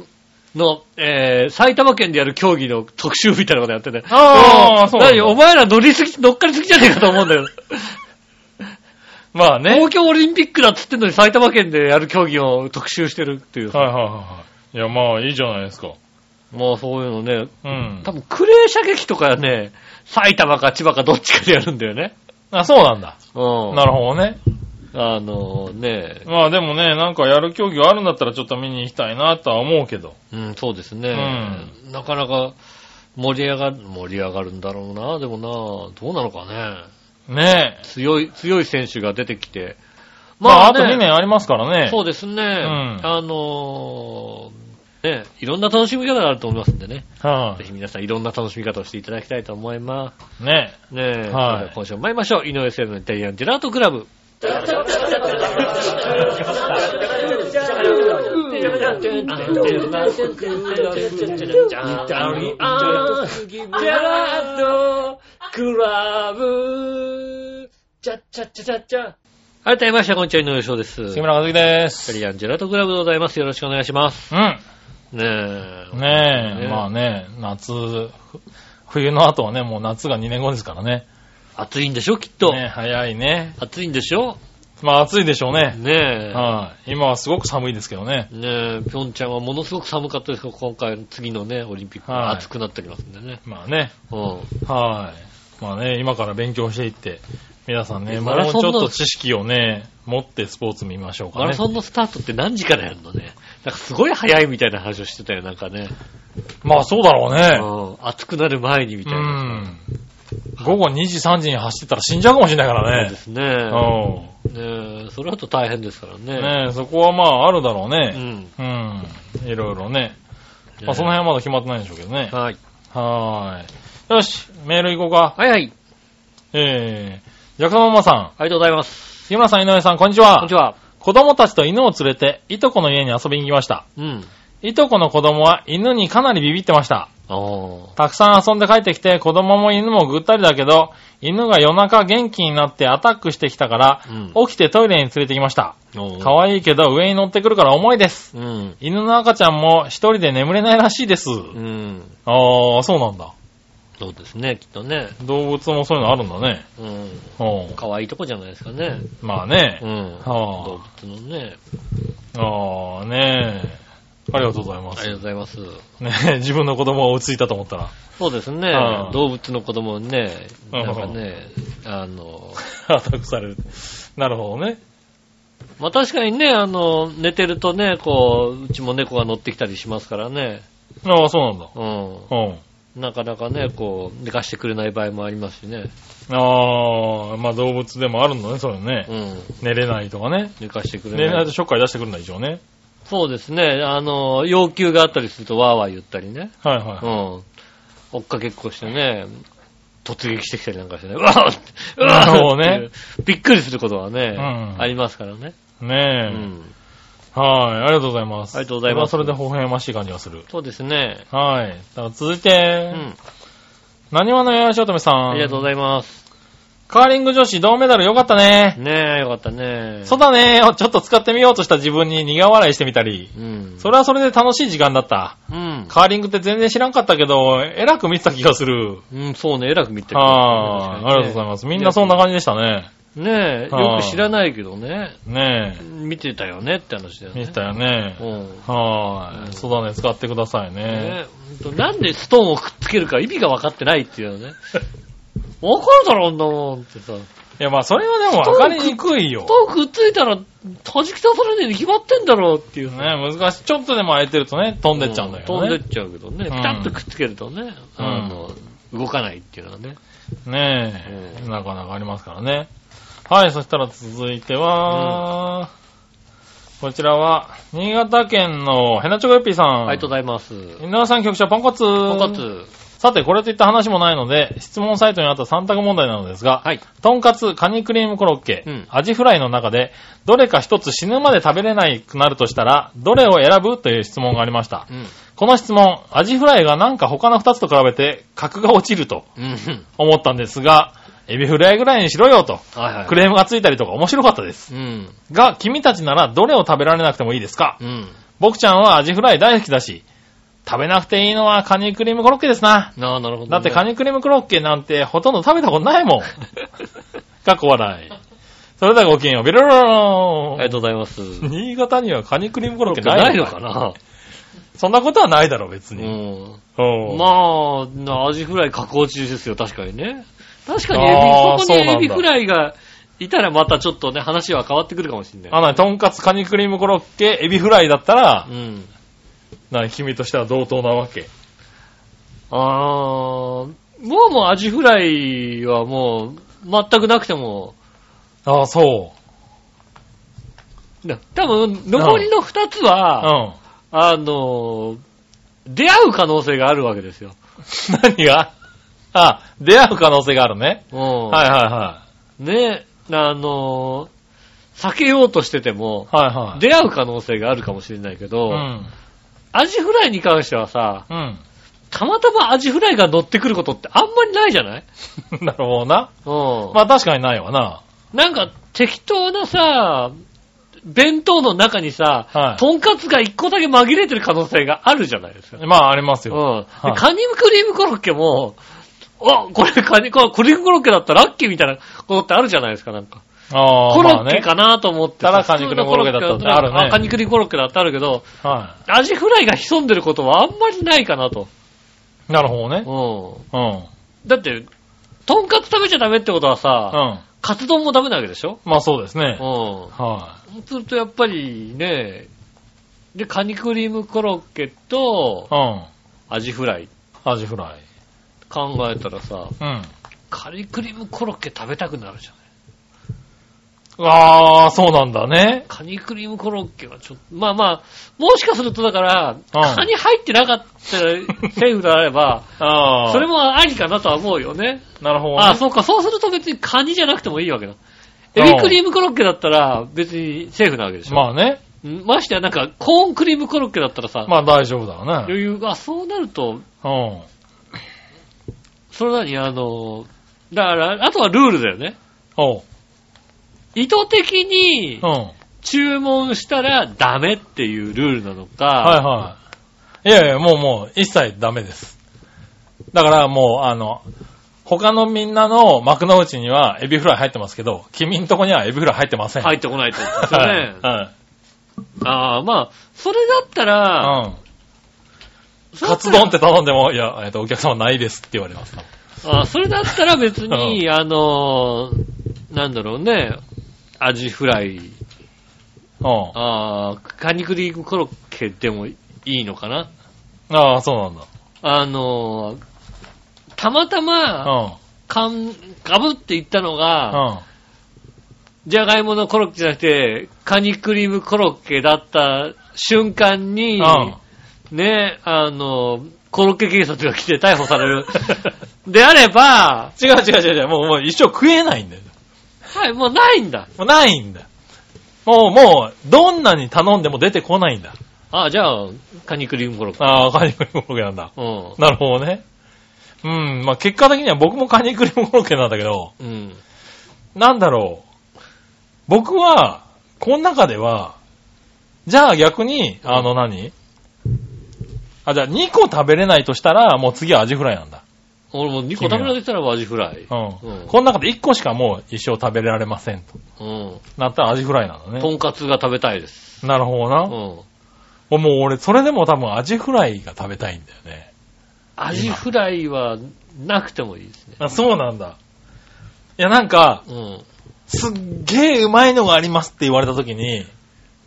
S2: の、えー埼玉県でやる競技の特集みたいなことやってて。
S3: あー
S2: うん
S3: そうなんだ
S2: 何お前ら乗りすぎ、乗っかりすぎじゃねえかと思うんだよ。
S3: まあね。
S2: 東京オリンピックだっつってんのに埼玉県でやる競技を特集してるっていう。
S3: はいはいはいはい。いや、まあいいじゃないですか。
S2: まあそういうのね、
S3: うん
S2: 多。分クレー射撃とかね、埼玉か千葉かどっちかでやるんだよね。
S3: あ、そうなんだ。
S2: うん。
S3: なるほどね。
S2: あのね、
S3: まあでもね、なんかやる競技があるんだったらちょっと見に行きたいなとは思うけど。
S2: うん、そうですね。なかなか盛り上がる、盛り上がるんだろうな、でもな、どうなのかね。
S3: ねえ。
S2: 強い、強い選手が出てきて。
S3: まあ、あ
S2: ね
S3: と2年ありますからね。
S2: そうですね。
S3: ん
S2: あのね、いろんな楽しみ方があると思いますんでね。
S3: は
S2: ぜ
S3: い、
S2: ひ皆さんいろんな楽しみ方をしていただきたいと思いま
S3: ね
S2: す。ねえ、
S3: は
S2: そ
S3: い
S2: れで今週も参りましょう。井上聖のイタリアンジェラートクラブ。はい、どうもました。こんにちは、井上翔です。
S3: え。
S2: イ
S3: 杉村和樹です
S2: タ。リアンジェラートクラブでございます。よろしくお願いします。
S3: うん。
S2: ねえ。
S3: ねえ、
S2: ね
S3: まあね、夏、ふ冬の後はね、もう夏が2年後ですからね。
S2: 暑いんでしょ、きっと。
S3: ね早いね。
S2: 暑いんでしょ
S3: まあ暑いでしょうね。
S2: ねえ。
S3: はい、今はすごく寒いですけどね。
S2: ねえ、ピョンちゃんはものすごく寒かったですけど、今回の次のね、オリンピックは
S3: はい
S2: 暑くなっておりますんでね。
S3: まあね、
S2: う
S3: はい。まあね、今から勉強していって、皆さんね、
S2: え
S3: も
S2: マ
S3: う
S2: ラソン
S3: ち
S2: の。
S3: ょっと知識をね、持ってスポーツ見ましょうんかね。
S2: マラソンのスタートって何時からやるのね。なんかすごい早いみたいな話をしてたよ、なんか
S3: *laughs*
S2: ね。
S3: まあそうだろうね。
S2: うん。暑くなる前にみた
S3: う
S2: いな。
S3: ん。午後2時、3時に走ってたら死んじゃうかもしれないから
S2: そうで
S3: ね。
S2: すね。
S3: う
S2: ねえ、それだと大変ですからね。
S3: ん。ねえそこはまああるだろう
S2: う
S3: ね。
S2: ん。ね
S3: うん。いろいろね。
S2: え
S3: まあその辺はまだ決まってないんでしょうけどね。
S2: はい。
S3: はーい。よし、メール行こうか。
S2: はいはい。
S3: えー、ジャクソンママさん、
S2: ありがとうございます。
S3: 日村さん、井上さん、こんにち
S2: こん
S3: は
S2: にち。は。
S3: 子供たちと犬を連れて、いとこの家に遊びに行きました。
S2: うん。
S3: いとこの子供は犬にかなりビビってました。
S2: ああ。
S3: たくさん遊んで帰ってきて、子供も犬もぐったりだけど、犬が夜中元気になってアタックしてきたから、
S2: うん
S3: 起きてトイレに連れてきました。可
S2: か
S3: 愛いけど上に乗ってくるから重いです。
S2: いうん。
S3: 犬の赤ちゃんも一人で眠れないらしいです。
S2: うん。
S3: あー、そうなんだ。
S2: そうですね、きっとね。
S3: 動物もそういうのあるんだね。
S2: うん。
S3: うん
S2: 可愛いとこじゃないですかね。
S3: まあね
S2: う。ん。
S3: はあ
S2: 動物のね。
S3: ああ、ねえ。ありがとうございま
S2: ありがとう
S3: す。
S2: ございます。
S3: ねえ、自分の子供が落ち着いたと思ったら。
S2: そうですね
S3: う。ん
S2: 動物の子供にね、
S3: うん
S2: なんかね、あの、 *laughs*
S3: アタックされる。なるほどね。
S2: まあ、確かにね、あの、寝てるとね、こう、うちも猫が乗ってきたりしますからね、
S3: ああ、そうなんだ。
S2: うん。
S3: うん。
S2: なかなかね、こう、寝かしてくれない場合もありますしね、
S3: ああ、まあ動物でもあるんだね、そういう
S2: う
S3: のね。
S2: ん。
S3: 寝れないとかね。
S2: 寝かしてく
S3: 寝
S2: れ
S3: れな
S2: ない
S3: と
S2: い。
S3: ショッカー出してくるんだ、一応ね。
S2: そうですね、あの、要求があったりするとわーわー言ったりね、
S3: はいうは
S2: ん。追っかけっこしてね、突撃してきたりなん
S3: *laughs*
S2: かしてね、うわーってうわ
S3: なる
S2: ー
S3: ほどね
S2: っていうびっくりすることはね、
S3: うん
S2: ありますからね。
S3: い。
S2: うん。
S3: ねえ。はい、ありがとうございます。
S2: ありがとうございます
S3: それはそれで微笑ましい感じがする。
S2: そうですね。
S3: はい。だから続いうて、
S2: ん。
S3: なにわのややしおとめさん。
S2: ありがとうございます。
S3: カーリング女子銅メダルよかったね。
S2: ねえ、よかったね。
S3: そうだねをちょっと使ってみようとした自分に苦笑いしてみたり。
S2: うん。
S3: それはそれで楽しい時間だった。
S2: うん。
S3: カーリングって全然知らんかったけど、えらく見てた気がする。
S2: うん、そうね、偉く見て
S3: はあ、ありがとうございます。みんなそんな感じでしたね。
S2: じ。ねえ、
S3: はあ
S2: よく知らないけどね、
S3: ね
S2: 見てたよねって話だよね。
S3: え。見てたよね。
S2: うん。
S3: は
S2: う
S3: ー
S2: ん
S3: い。そうだね、使ってくださいね。
S2: ねえほんとなんでストーンをくっつけるか意味が分かってないっていう
S3: *laughs*
S2: ね。分かるだろ、あんなもんってさ。ス
S3: いや、まあ、それはでも分かりにくいよ。
S2: トーンくっついたら、弾き倒されねえに決まってんだろうっていう
S3: ね、難しい。ちょっとでも空いてるとね、飛んでっちゃうんだよね。
S2: 飛んでっちゃうけどね。ピタッとくっつけるとね、
S3: うん
S2: あの、動かないっていうのはね。
S3: ねえ、
S2: う
S3: なかなかありますからね。はい、そしたら続いては、こちらは、新潟県のヘナチョコヨッピーさん。
S2: ありがとうございます。
S3: 稲田さん局長、パンコツ。
S2: ポンカツ。
S3: さて、これといった話もないので、質問サイトにあった3択問題なのですが、
S2: はい。
S3: とんかつ、カニクリームコロッケ、
S2: うん
S3: アジフライの中で、どれか一つ死ぬまで食べれないくなるとしたら、どれを選ぶという質問がありました。
S2: うん。
S3: この質問、アジフライがなんか他の2つと比べて、格が落ちると
S2: うん。
S3: 思ったんですが、エビフライぐらいにしろよと、
S2: はいはい。
S3: クレームがついたりとか面白かったです。
S2: うん。
S3: が、君たちならどれを食べられなくてもいいですか
S2: うん。
S3: 僕ちゃんはアジフライ大好きだし、食べなくていいのはカニクリームコロッケですな。
S2: なあ、なるほど、ね。
S3: だってカニクリームコロッケなんてほとんど食べたことな
S2: *laughs*
S3: いもん。かっこ笑い。それではごきげんよう。ビロロ
S2: あり
S3: ロー
S2: が
S3: ン。
S2: とうござい *laughs* ます。な
S3: 新潟にはカニクリームコロッケ
S2: んかな
S3: ない
S2: い
S3: の
S2: の
S3: か
S2: かな
S3: そんなことはないだろ、
S2: *laughs*
S3: 別
S2: う
S3: に。
S2: ん。
S3: うん
S2: まあな、アジフライ加工中ですよ、確かにね。確かにエビ、
S3: あー
S2: そこに
S3: そうなんだ
S2: エビフライがいたらまたちょっとね、話は変わってくるかもしれない。
S3: あ、なに、とんかつカニクリームコロッケ、エビフライだったら
S2: う、ん。
S3: なに、君としては同等なわけ。
S2: あー、もうもうアジフライはもう、全くなくても、
S3: ああ、そう。
S2: な多分、残りの二つ
S3: うん。 *laughs*
S2: は、あのー、出会う可能性があるわけですよ。
S3: 何があ、出会う可能性があるね。
S2: うん。
S3: はいはいは
S2: ね、あのー避けようとしてても、
S3: い。はいはい。
S2: 出会う可能性があるかもしれないけど、
S3: うん。
S2: アジフライに関してはさ、
S3: うん。 *laughs*
S2: たまたまアジフライが乗ってくることってあんまりないじゃない
S3: なるほどな。
S2: うん。
S3: まあ確かにないわな。
S2: なんか適当なさ、弁当の中にさ、
S3: はい
S2: とんかつが一個だけ紛れてる可能性があるじゃないですか。
S3: まああります
S2: うん。
S3: よ。
S2: でカニクリームコロッケも、あ、これカニ、これクリームコロッケだったらラッキーみたいなことってあるじゃないですか、なんか。
S3: ああ、
S2: コロ
S3: まあ
S2: ッケ
S3: ね。
S2: かなと思って
S3: ただカニクリームコロッケだったってあるね
S2: カニクリームコロッケだってあるけど、
S3: は
S2: アジフライが潜んでることはあんまりないかなと。
S3: い。なるほどね。
S2: う
S3: うん。
S2: ん。だって、とんかつ食べちゃダメってことはさ、
S3: うん。
S2: カツ丼もダメなわけでしょ
S3: まあそうですね。
S2: う
S3: は
S2: ん。するとやっぱりね、で、カニクリームコロッケと
S3: い。うん。
S2: アジフライ
S3: アジフライ。
S2: 考えたらさ、
S3: うん。
S2: カニクリームコロッケ食べたくなるじゃん。
S3: ああ、そうなんだね。
S2: カニクリームコロッケはちょっと、まあまあ、もしかするとだから、カニ入ってなかったらセーフであれば、
S3: ああ。
S2: それもありかなとは思うよね。
S3: なるほどね。
S2: ああ、そうか、そうすると別にカニじゃなくてもいいわけだ。エビクリームコロッケだったら別にセーフなわけでしょ。
S3: まあね。
S2: うんましてやなんかコーンクリームコロッケだったらさ、
S3: まあ大丈夫だわね。
S2: 余裕が、あそうなると、
S3: うん。
S2: それなりにあの、だから、あとはルールだよね。
S3: おう。
S2: 意図的に
S3: うん。はい
S2: 注文したらダメっていうルールなのか、
S3: はい。いやいや、もうもう、一切ダメです。だからもう、あの、他のみんなの幕の内にはエビフライ入ってますけど、君んとこにはエビフライ入ってません。
S2: 入
S3: っ
S2: ってこないと思うんですよ
S3: は
S2: ね
S3: い。。はい
S2: ああ、まあ、それだったら、
S3: うん。
S2: それだ
S3: カ
S2: った
S3: ツ
S2: ら
S3: 丼って頼んでも、いや、えっと、お客様ないですって言われます。
S2: あそれだったら別に、あのーなんだろうね、アジフライ、
S3: うん。
S2: あーカニクリームコロッケでもいいのかな。
S3: ああ、そうなんだ。
S2: あのーたまたま、
S3: う
S2: かん、かぶっていったの
S3: ん。
S2: が、
S3: うん。
S2: じゃがいものコロッケじゃなくて、カニクリームコロッケだった瞬間に、ね、あのーコロッケ警察が来て逮捕さ
S3: *laughs*
S2: れる。であれば、
S3: 違う違う違う違う。もう、もう一生食えないんだよ。
S2: はい、もうないんだ。
S3: もうないんだ。もう、もう、どんなに頼んでも出てこないんだ。
S2: あ、じゃあ、カニクリームコロッケ。
S3: ああ、カニクリームコロッケなんだ。
S2: うん。
S3: なるほどね。うん。まあ、結果的には僕もカニクリームコロッケなんだけど、
S2: うん。
S3: なんだろう。僕は、この中では、じゃあ逆に、あの何あ、じゃあ2個食べれないとしたら、もう次はアジフライなんだ。
S2: 俺も2個食べられてたらアジフライ。
S3: うん。
S2: うん
S3: この中で1個しかもう一生食べられません
S2: う
S3: と。
S2: ん。
S3: なったらアジフライなんだ
S2: と
S3: ね。
S2: んかつが食べたいです。
S3: なるほど
S2: う
S3: な。
S2: ん。
S3: もう俺、それでも多分アジフライが食べたいんだよね。
S2: アジフライはなくてもいいですね。
S3: あ、そうなんだ。いや、なんか、
S2: うん。
S3: すっげえうまいのがありますって言われた時に、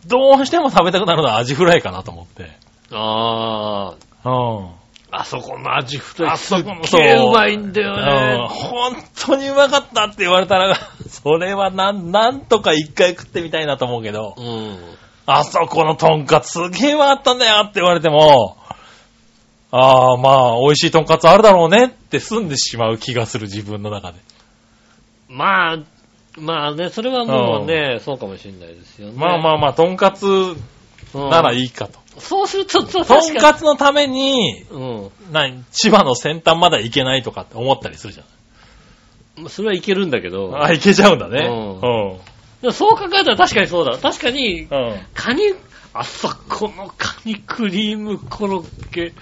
S3: どうしても食べたくなるのはアジフライかなと思って。
S2: あ
S3: うん。
S2: あ、あそこのアジフラ
S3: あ
S2: イす
S3: そ
S2: っ
S3: この
S2: げえうまいんだ
S3: うん
S2: よね。
S3: 本当にうまかったって言われたら、 *laughs* それはなん、なんとか一回食ってみたいなと思うけど、
S2: うん。
S3: あそこのトンカツすげえうまかったんだよって言われても、ああ、まあ、美味しいトンカツあるだろうねって済んでしまう気がする自分の中で。
S2: まあ、まあね、それはもうね、そうかもしれないですよね。
S3: まあまあまあ、トンカツ
S2: あ、
S3: なら
S2: い。
S3: いいかと。
S2: そうすると、と
S3: トンカツのために、
S2: うん。
S3: 何、千葉の先端まだ行けないとかって思ったりするじゃん。
S2: まあそれはいけるんだけど。
S3: あ、行けちゃうんだね。
S2: う
S3: う
S2: でもそう考えたら確かにそうだ。確かに、
S3: ん。うん。
S2: カニ、あそこのカニクリームコロッケ、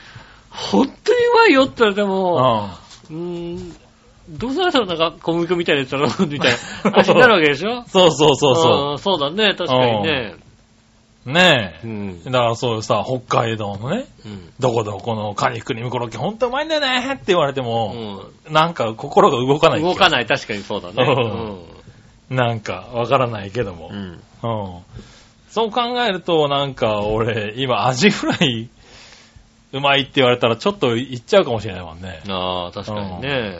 S2: 本当にうまいよって言われても、うーん、どうせだったらなんか小麦粉みたいなやつだろみたい *laughs* な味になるわけでしょ
S3: そうそうそうそ
S2: うんそうだね、確かにね。
S3: う。ねえ。
S2: ん。
S3: だからそういうさ、北海道のね、
S2: うん。
S3: どこどこのカニクリームコロッケほんとうまいんだよねって言われて
S2: う
S3: も、
S2: ん
S3: なんか心が動かない。
S2: 動か
S3: な
S2: ない、確かにそうだね。
S3: うい。なんかわからないけども
S2: う。ん。
S3: うん。そう考えると、なんか俺、今アジフライ、うまいって言われたらちょっと行っちゃうかもしれないもんね。
S2: ああ、確かにね。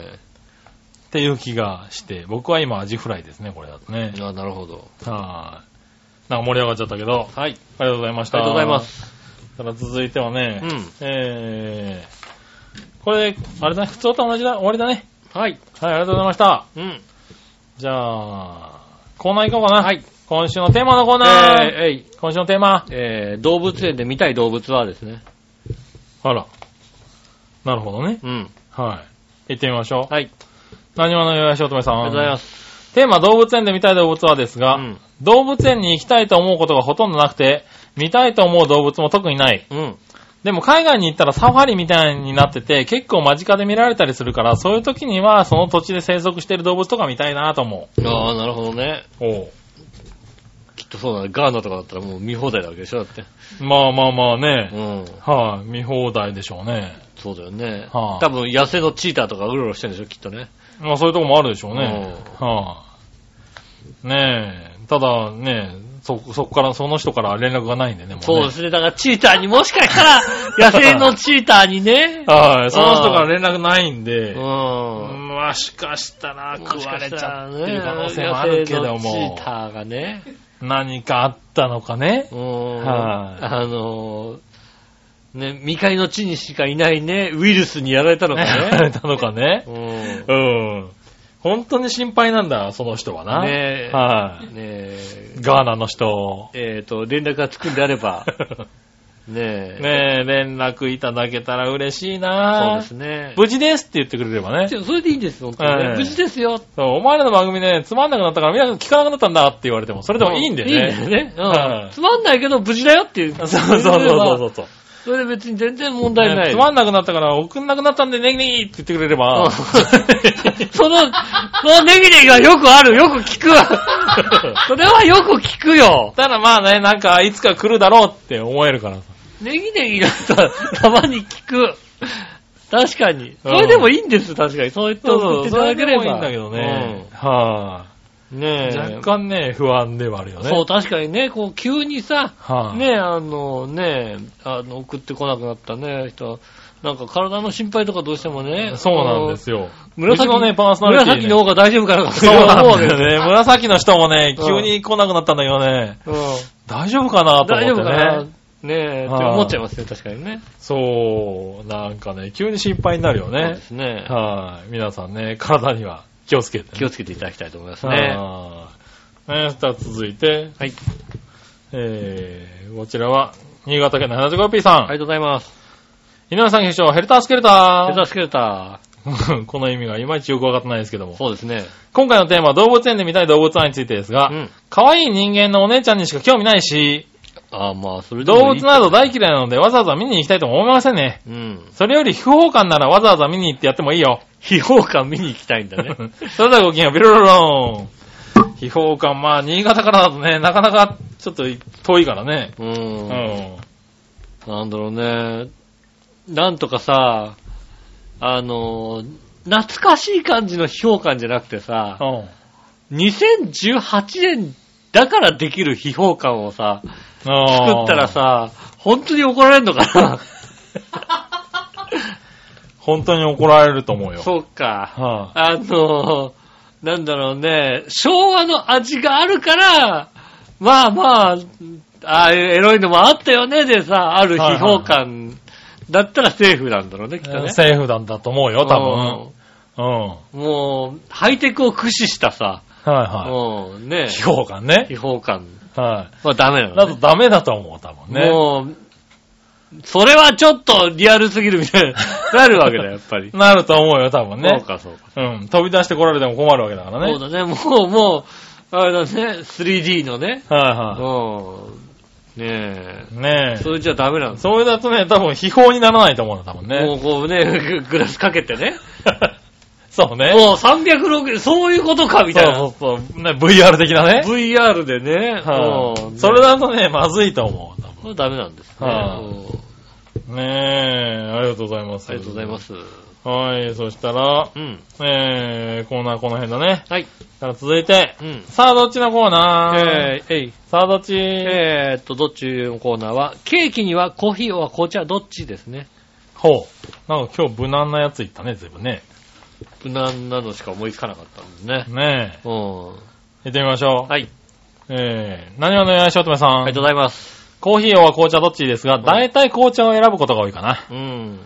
S3: っていう気がして、僕は今アジフライですね、これだとね。
S2: ああ、なるほど。
S3: はい。なんか盛り上がっちゃったけど、
S2: はい。
S3: ありがとうございまし
S2: あ
S3: た。
S2: りがとうございま。す。
S3: ただ続いてはね、
S2: うん
S3: えー、これ、あれだね、普通と同じだ、終わりだね。
S2: はい。
S3: はい、ありがとうございました。
S2: うん。
S3: じゃあ、コーナー行こうかな。はい。今週のテーマのコーナー。
S2: えーえい
S3: 今週のテーマ。
S2: えー動物園で見たい動物はですね。
S3: あら。なるほどね。
S2: うん。
S3: はい。行ってみましょう。
S2: はい。
S3: 何話のよやしおとめさん。。
S2: ありがとうございますす。
S3: テーマ、動物園で見たい動物はですが、
S2: うん
S3: 動物園に行きたいと思うことがほとんどなくて、見たいと思う動物も特にない。
S2: うん。
S3: でも海外に行ったらサファリみたいになってて、結構間近で見られたりするから、そういう時にはその土地で生息している動物とか見たいなと思
S2: ああ、なるほどね。
S3: う。お
S2: きっとそうだね。ガーナとかだったらもう見放題なわけでしょ、だって。
S3: まあまあまあ
S2: う
S3: ね。
S2: ん。
S3: はい、見放題でしょうね。
S2: そうだよね。
S3: はあ
S2: 多分野生のチーターとかうろうろしてるんでしょ、きっとね。
S3: まあそういうとこもあるでしょうね。はい、ねえ。ただね、そ、そこから、その人から連絡がないんでね、もうね
S2: そうですね。だからチーターに、もしかしたら野生のチーターに
S3: *laughs*
S2: ね。
S3: はい、その人から連絡ないん
S2: う
S3: で、
S2: ん。
S3: もしかしたら
S2: も
S3: 食
S2: し
S3: わ
S2: か
S3: れ
S2: し
S3: ち
S2: た
S3: ゃ
S2: ら
S3: っ
S2: ね
S3: てる可能性もあるけど
S2: 野生の
S3: も
S2: チー、ターがね。
S3: 何かあったのかね。
S2: うん。
S3: はい
S2: あのーね、未開の地にしかいないね、ウイルスにやられたの
S3: *laughs*
S2: か
S3: やら
S2: *laughs* ね。
S3: れたのかね
S2: う。ん。
S3: うん。本当に心配なんだ、その人はな。
S2: ねえ
S3: は
S2: ねえ
S3: い。、ガーナの人。
S2: えっ、と、連絡がつくんであれ
S3: *laughs*
S2: ば、 *laughs* ねえ。
S3: ねえ、連絡いただけたら嬉し
S2: そうで
S3: いな
S2: すね。
S3: 無事ですって言ってくれればね。
S2: ちょそれでいいんですよ、本当にね
S3: ええ
S2: 無事ですよ。
S3: そうお前らの番組ね、つまんなくなったから、みんな聞かなくなったんだって言われても、それでもいいんだよね。
S2: いいんだよね。うん
S3: はい
S2: つまんないけど、無事だよっていう。
S3: *laughs* そうそうそうそうそう。
S2: それで別に全然問題ない。
S3: ねつま
S2: ん
S3: んなくなったから、送んなくなったんで、ネギネギって言ってくれれ
S2: *laughs*
S3: ば。 *laughs*
S2: その、そのネギネギはよくある、よく聞く。 *laughs* それはよく聞くよ。
S3: ただまあね、なんか、いつか来るだろうって思えるから。
S2: ネギネギだったら *laughs* たまに聞く。確かに。それでもいいんです、確かに。そう言って送っていただければ。
S3: いいんだけどね。は
S2: うん。ね
S3: い。
S2: え。
S3: 若干ね、不安ではあるよね。
S2: そう、確かにね、こう、急にさ、
S3: はい
S2: ね、あの、ね、あの、送ってこなくなったね、人は、なんか体の心配とかどうしてもね、
S3: そうなんですよ。
S2: 紫
S3: うちのね、パーソナリティね、
S2: 紫の方が大丈夫かなと
S3: そうなん
S2: 思うわけ
S3: だ
S2: です
S3: よね。紫の人もね、
S2: うん
S3: 急に来なくなったんだけどね、
S2: うん
S3: 大丈夫かなと
S2: 大丈
S3: 思
S2: 夫
S3: っ
S2: か
S3: て
S2: な
S3: ね。
S2: ねえ、って
S3: はい
S2: 思っちゃいますね、確かにね。
S3: そう、なんかね、急に心配になるよ
S2: そう
S3: ね
S2: で。すね。
S3: はい。皆さんね、体には気をつけてね。
S2: 気をつけていただきたいと思いますね。
S3: はいね。さあ、続いて、
S2: はい。
S3: えー、こちらは、新潟県の 75P さん。
S2: ありがとうございます。
S3: 井上さん、局長、ヘルタースケルタ
S2: ヘ
S3: ー。
S2: ルタースケルタ
S3: この意味がいまいちよくわかってないですけども。
S2: そうですね。
S3: 今回のテーマは動物園で見たい動物愛についてですが、
S2: うん。
S3: 可愛い人間のお姉ちゃんにしか興味ないし、
S2: ああ、まあ、それで
S3: 動
S2: もいい
S3: 物など大嫌いなのでわざわざ見に行きたいとも思いませんね。
S2: うん。
S3: それより不法館ならわざわざ見に行ってやってもいいよ。
S2: 秘宝館見に行きたいんだ *laughs* ね。
S3: *laughs* それではごきげんよう、ビロロローン。秘宝館、まあ、新潟からだとね、なかなかちょっと遠いからね。
S2: う。
S3: うんん。
S2: なんだろうね。なんとかさ、あの、懐かしい感じの秘宝館じゃなくてさ、
S3: うん。
S2: 2018年だからできる秘宝館をさ、作
S3: 作
S2: ったら、さ、本当に怒られるのか
S3: 本当に怒られると思う
S2: な
S3: よ。
S2: そうか。
S3: は
S2: あの、なんだろうね、昭和の味があるから、まあまあ、ああエロいのもあったよねでさ、ある秘宝館 *laughs* だったらセーフなんだろうね、きっと
S3: あ
S2: ね。
S3: セーフなんだと思うよ、多分。うん。は
S2: うんもう、ハイテクを駆使したさ、
S3: いは
S2: もうね
S3: い。、秘宝館ね。
S2: 秘宝館
S3: は。
S2: はダメないの
S3: だ
S2: ね
S3: とダメだと思う、多分ね。
S2: もう、それはちょっとリアルすぎるみたい
S3: *laughs*
S2: になるわけだよ、やっぱり。
S3: なると思うよ、多分
S2: そう
S3: ね。
S2: か、そうか。
S3: うん。飛び出して来られても困るわけだからね。
S2: そうだね、もう、もう、あれだね、3D のね。
S3: は
S2: うん。ね
S3: いはい。ね
S2: え。
S3: え
S2: そ。れじゃダメなんです
S3: それだとね、多分秘宝にならないと思うの、多分
S2: も
S3: ね。
S2: うこうね、ググラスかけてね。
S3: そうね。
S2: もう360、そういうことか、みたいな。
S3: そうそうそう。ね、VR 的なね。
S2: VR でね。
S3: はい
S2: うん
S3: それだとね、まずいと思う。多
S2: これダメなんですね。
S3: はい
S2: うん
S3: 分ねえ、ありがとうございます。。
S2: ありがとうございますす。
S3: はい、そしたら、
S2: うん。
S3: えー、コーナーこの辺だね。
S2: はい。
S3: だから続いて、
S2: うん。
S3: さあどっちのコーナー、
S2: えー、えい。
S3: さあどっち、
S2: えーっと、どっちのコーナーは、ケーキにはコーヒーは紅茶どっちですね。
S3: ほう。なんか今日無難なやついったね、全部ね。
S2: 無難なのしか思いつかなかったんですね。
S3: ね
S2: うん。は
S3: え。行ってみましょう。
S2: い。
S3: えー、何はの八しおとめさ
S2: あ
S3: ん
S2: りが。とうございます。
S3: コーヒーは紅茶どっちですが、だいたい紅茶を選ぶことが多いかな。
S2: うん。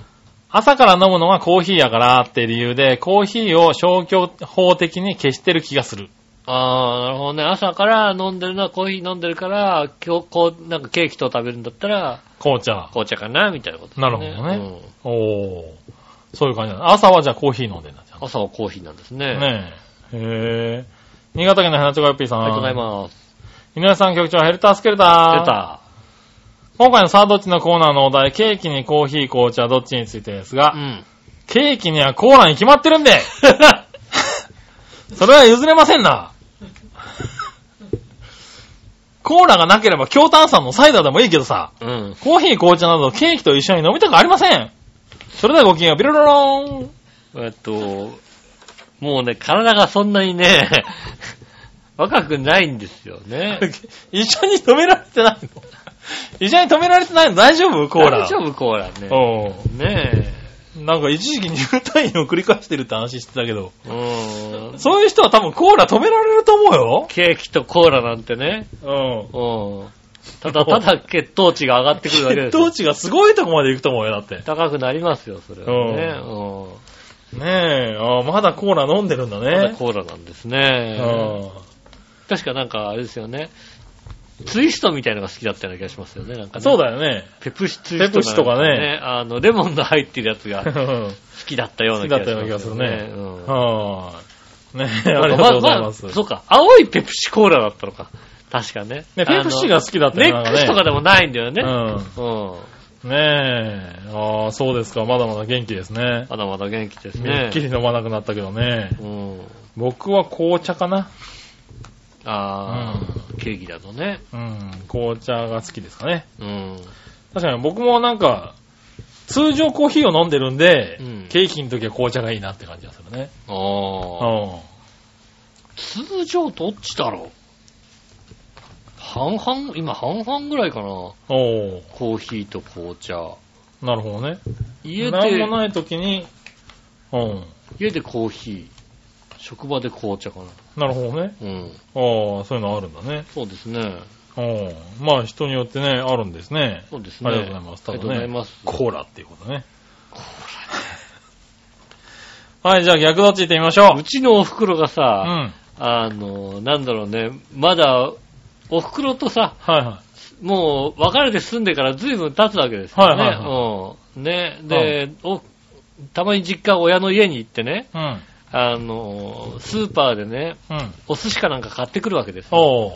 S3: 朝から飲むのがコーヒーやからって理由で、コーヒーを消去法的に消してる気がする。
S2: あー、なるほどね。朝から飲んでるのはコーヒー飲んでるから、今日こう、なんかケーキと食べるんだったら、
S3: 紅茶。
S2: 紅茶かなみたいなことですね。
S3: なるほどねおー。そういう感じなの。朝はじゃあコーヒー飲んでんだじゃ
S2: うん朝はコーヒーなんですね。
S3: ん。ねえ。へえ。新潟県の花ちょこよっぴーさ
S2: あ
S3: ん。
S2: りがとうございます。
S3: す。皆さん局長、ヘルタースケルター。
S2: 出。た。
S3: 今回のさあどっちのコーナーのお題、ケーキにコーヒー、紅茶、どっちについてですが、
S2: うん。
S3: ケーキにはコーラに決まってるんで *laughs* それは譲れませんな。コーラがなければ強炭酸のサイダーでもいいけどさ、
S2: うん。
S3: コーヒー、紅茶などケーキと一緒に飲みたくありません。それではごきげんよう、ビロロローン。
S2: えっと、もうね、体がそんなにね、 *laughs* 若くないんですよね。
S3: 一緒に止められてないの一緒に止められてないの大丈夫コーラ。
S2: 大丈夫 *laughs* コーラね。
S3: う
S2: ね
S3: ん。なんか一時期入退院を繰り返してるって話してたけど、
S2: え。うん。
S3: そういう人は多分コーラ止められると思うよ。
S2: ケーキとコーラなんてね。
S3: うん。
S2: うん。ただただ血糖値が上がってくるだけで
S3: 血
S2: すよ。 *laughs*
S3: 糖値がすごいとこまで行くと思うよ、だって。
S2: 高くなりますよ、それはね。
S3: ねえ、あーまだコーラ飲んでるんだ
S2: うん。まだ
S3: ね。
S2: コーラなんです
S3: う
S2: ね。
S3: ん
S2: 確かなんかあれですよね。ツイストみたいなのが好きだったような気がしますよね、なんかね。
S3: そうだよね。
S2: ペプシツイスト。
S3: ペプシとかね。
S2: あの、レモンの入ってるやつが
S3: う
S2: 好
S3: ん
S2: きだったような気がしますよね。
S3: 好きだったような気がするね
S2: うん。
S3: はーい。ねえ、
S2: そう
S3: あ
S2: か
S3: りがとうございます。
S2: ああそうか、青いペプシコーラだったのか。確かね。
S3: ね、ペプシが好きだ
S2: あ
S3: った
S2: のネ
S3: よなん
S2: ックスとかでもないんだよね。
S3: ね。
S2: うん。
S3: うん。ねえ、ああ、そうですか。まだまだ元気ですね。
S2: まだまだ元気です
S3: め
S2: ね
S3: っ。きり飲まなくなったけどね。
S2: うん。
S3: 僕は紅茶かな。
S2: あー、ケーキだとね。
S3: うん、紅茶が好きですかね。
S2: うん。
S3: 確かに僕もなんか、通常コーヒーを飲んでるんで、
S2: うん
S3: ケーキの時は紅茶がいいなって感じがするね。
S2: あー。
S3: うん。
S2: 通常どっちだろう半々、今半々ぐらいかな。
S3: おー、
S2: コーヒーと紅茶。
S3: なるほどね。
S2: 家
S3: なん
S2: で
S3: も、ない時に、うん。
S2: 家でコーヒー。職場で紅茶かな。
S3: なるほどね。
S2: うん。
S3: ああ、そういうのあるんだね。
S2: そうですね。
S3: うん。まあ人によってね、あるんですね。
S2: そうです
S3: あ
S2: ね。
S3: りがとうございます。
S2: あ
S3: た
S2: り
S3: だ
S2: がとうござい
S3: ね、
S2: ます。
S3: コーラっていうことね。コーラ。はい、じゃあ逆どっち行ってみましょう
S2: う。ちのお袋が
S3: う
S2: さ、
S3: ん。
S2: あの、なんだろうね、まだ、お袋とさ、
S3: はいは
S2: もう別れて住んでから随分経つわけですよね。
S3: はいはい
S2: うん。ね、で、お、たまに実家、親の家に行ってね、
S3: うん。
S2: あの、スーパーでね、
S3: うん。
S2: お寿司かなんか買ってくるわけですよ。
S3: おー。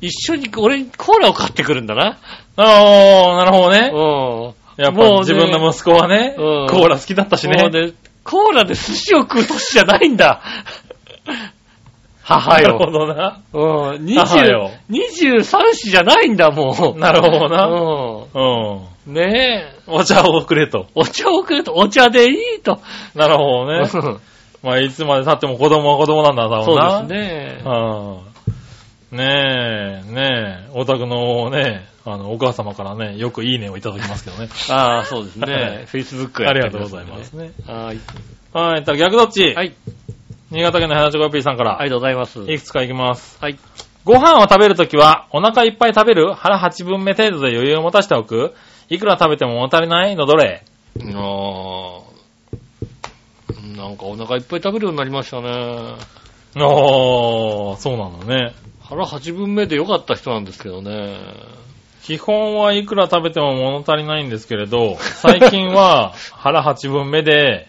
S2: 一緒に俺にコーラを買ってくるんだな。
S3: あー、なるほど
S2: う
S3: ね
S2: ん。。も
S3: やっ
S2: もうね
S3: ぱ自分の息子はね、
S2: うん
S3: コーラ好きだったし
S2: う
S3: ね。
S2: ね、コーラで寿司を食う年じゃないん *laughs* だ。母
S3: なるほ
S2: よ。
S3: どな。
S2: うん、
S3: 母よ
S2: 20 23子じゃないんだ、もう。
S3: なるほどな。
S2: ど
S3: う
S2: うん。
S3: ん。
S2: ねえ。
S3: お茶をくれ
S2: *laughs*
S3: と。
S2: お茶をくれと、お茶でいいと。
S3: なるほど
S2: うん
S3: ね。
S2: そ
S3: まあ、いつまで経っても子供は子供なんだろうな。
S2: うですね。
S3: うん。ねえ、ねえ、お宅のね、あの、お母様からね、よくいいねをいただきますけどね。
S2: ああ、そうです
S3: はい
S2: ね。Facebook
S3: ありがとうございます。ね。
S2: はい。
S3: はい、ただ逆どっち、
S2: はい。
S3: 新潟県の花チョコピーさんから、
S2: ありがとうございます。
S3: いくつかいきます。
S2: はい。
S3: ご飯を食べるときは、お腹いっぱい食べる腹8分目程度で余裕を持たしておくいくら食べても物足りないのどれ
S2: あーなんかお腹いっぱい食べるようになりましたね。
S3: おー、そうなんだね。
S2: 腹8分目で良かった人なんですけどね。
S3: 基本はいくら食べても物足りないんですけれど、最近
S2: *laughs*
S3: は腹8分目で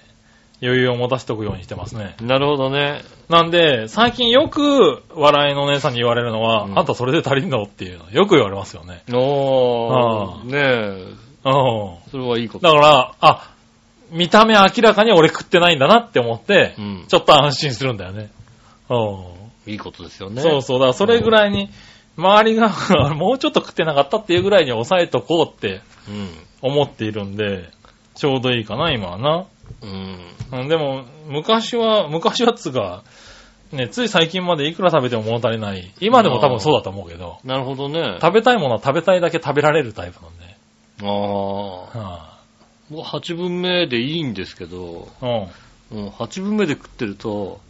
S3: 余裕を持たせておくようにしてますね。
S2: なるほどね。
S3: なんで、最近よく笑いのお姉さんに言われるのは、
S2: うん
S3: あんたそれで足りんのっていうのよく言われますよね。
S2: お
S3: あ
S2: ー。ねえ。
S3: う
S2: それはいいこ
S3: ん。
S2: と。
S3: だから、あ、見た目明らかに俺食ってないんだなって思って
S2: う、ん。
S3: ちょっと安心するんだよね。う
S2: いいことですよ
S3: ん。
S2: ね。
S3: そうそう。だからそれぐらいに、周りが *laughs* もうちょっと食ってなかったっていうぐらいに抑えとこうって
S2: うん。
S3: 思っているんで、ちょうどいいかな、今はな。
S2: うん。
S3: うん、でも、昔は、昔はっつうか、ね、つい最近までいくら食べても物足りない。今でも多分そうだと思うけど、
S2: なるほどね。あ
S3: 食べたいものは食べたいだけ食べられるタイプなんで。
S2: あー。もう8分目でいいんですけど。
S3: うん。
S2: うん、8分目で食ってると、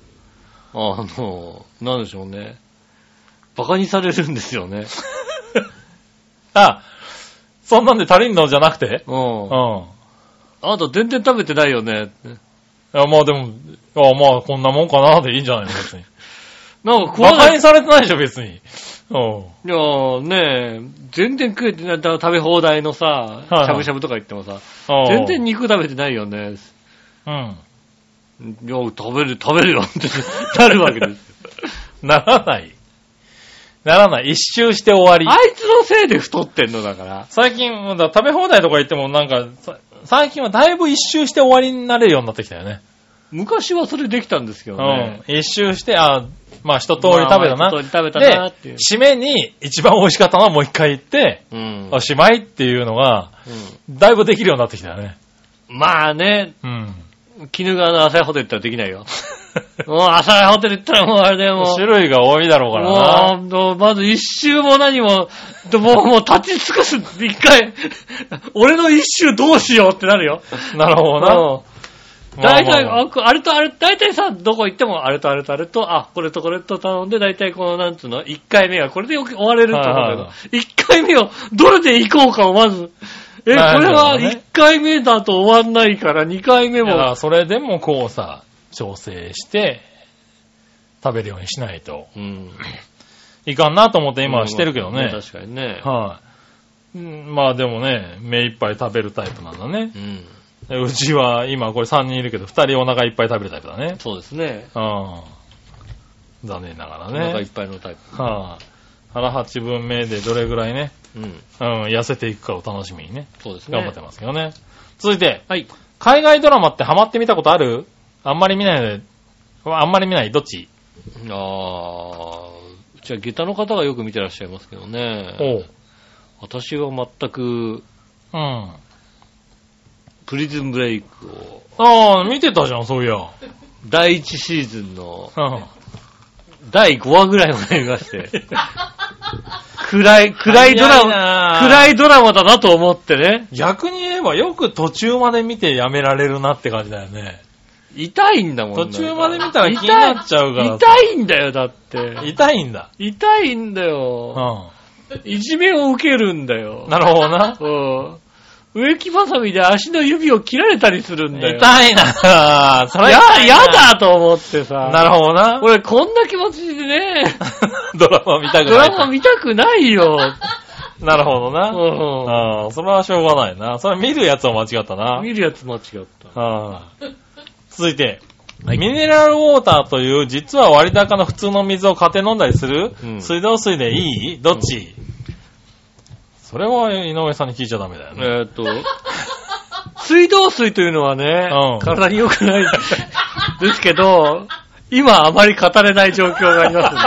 S2: あの、なんでしょうね。バカにされるんですよね。
S3: あ、そんなんで足りんのじゃなくて
S2: うん
S3: うん。。い
S2: あなた全然食べてないよね。
S3: や、まあでも、あまあこんなもんかなでいいんじゃないの別に。
S2: なん *laughs* か食わ
S3: 馬
S2: な
S3: 鹿
S2: い。
S3: に
S2: い
S3: されてないでしょ、別に。うん。
S2: やーねえ、全然食えてない。だから食べ放題のさ、し
S3: はい
S2: ゃぶしゃぶとか言ってもさ、
S3: うん
S2: 全然肉食べてないよね。
S3: うん。
S2: いや、食べる、食べるよってなるわけですよ。
S3: ならない。ならない。一周して終わり。
S2: あいつのせいで太ってんのだから。
S3: 最近、だから食べ放題とか言ってもなんか、さ最近はだいぶ一周して終わりになれるようになってきたよね。
S2: 昔はそれできたんですけどね。
S3: うん。一周して、あまあ一通り食べた
S2: まあ
S3: な。
S2: 一通り食べたなっていう
S3: で、締めに一番美味しかったのはもう一回行って、
S2: うん。
S3: おしまいっていうのが、だいぶできるようになってきたよね。
S2: うんまあね、
S3: うん。
S2: 絹川の朝ホテル行ったらできない
S3: *laughs*
S2: よ。もう朝ホテル行ったらもうあれだよ、もう。
S3: 種類が多いだろうからな。
S2: もうもう、まず一周も何も、でもう、もう立ち尽くす、一回、俺の一周どうしようってなるよ。
S3: *laughs* なるほどな。
S2: 大体、
S3: まあまあ
S2: ああれとあれ、大体さ、どこ行っても、あれとあれとあれと、あ、これとこれと頼んで、大体この、なんつうの、一回目がこれで終われると思
S3: は
S2: う
S3: い
S2: ん
S3: はい
S2: だけど、一回目を、どれで行こうかをまず、え、これ
S3: なるほど
S2: は
S3: ね
S2: 一回目だと終わんないから、二回目
S3: いやだか
S2: も。
S3: らそれでもこうさ、調整して、食べるようにしないと
S2: うん。
S3: いかんなと思って今はしてるけどね。
S2: 確かにね。
S3: はい、うんまあでもね、目いっぱい食べるタイプなんだね
S2: う。ん。
S3: でうちは今これ3人いるけど、2人お腹いっぱい食べるタイプだね。
S2: そうですね。
S3: うん。残念ながら
S2: お腹い
S3: ね
S2: っ。ぱいのタイ
S3: はい、腹8分目でどれぐらいね、
S2: プ。うん。
S3: うん、痩せていくかを楽しみにね、
S2: そうですね。
S3: 頑張ってますけどね。続いて、
S2: はい。
S3: 海外ドラマってハマってみたことあるあんまり見ないので、あんまり見ない、どっち
S2: あー、じゃあ、下駄の方がよく見てらっしゃいますけどね。
S3: おう。
S2: 私は全く、
S3: うん。
S2: プリズンブレイクを、
S3: ああ、見てたじゃん、そういや。
S2: 第1シーズンの
S3: うん。
S2: 第5話ぐらいまで見ま *laughs* して、暗い、暗いドラマ、
S3: マ
S2: 暗いドラマだなと思ってね、
S3: 逆に言えばよく途中まで見てやめられるなって感じだよね。
S2: 痛いんだもん
S3: 途
S2: ね
S3: 中まで見たら気になっちゃうから。
S2: 痛いんだよ、だって。
S3: 痛いんだ。
S2: 痛いんだ
S3: う
S2: よ。
S3: ん。
S2: いじめを受けるんだよ。
S3: なるほどな。
S2: うん。植木ばさみで足の指を切られたりするんだよ。
S3: 痛いなそれ
S2: や
S3: 痛、いな
S2: やだと思ってさ。
S3: なるほどな。
S2: 俺 *laughs* こんな気持ちでね、
S3: ドラマ見たく
S2: ド
S3: な
S2: ラ
S3: い。
S2: マ見たくないよ。
S3: なるほどな。
S2: う
S3: ああ、それはしょうがないな。それは見るやつは間違ったな。
S2: ん。見るやつ間違った。
S3: ああ続いて、
S2: はい
S3: ミネラルウォーターという実は割高の普通の水を買って飲んだりする、
S2: うん
S3: 水道水でいいどっち、それは井上さんに聞いちゃダメだよね。
S2: えーっ *laughs* と、水道水というのはね、
S3: うん
S2: 体に良くない *laughs* ですけど、今あまり語れない状況があります
S3: *laughs*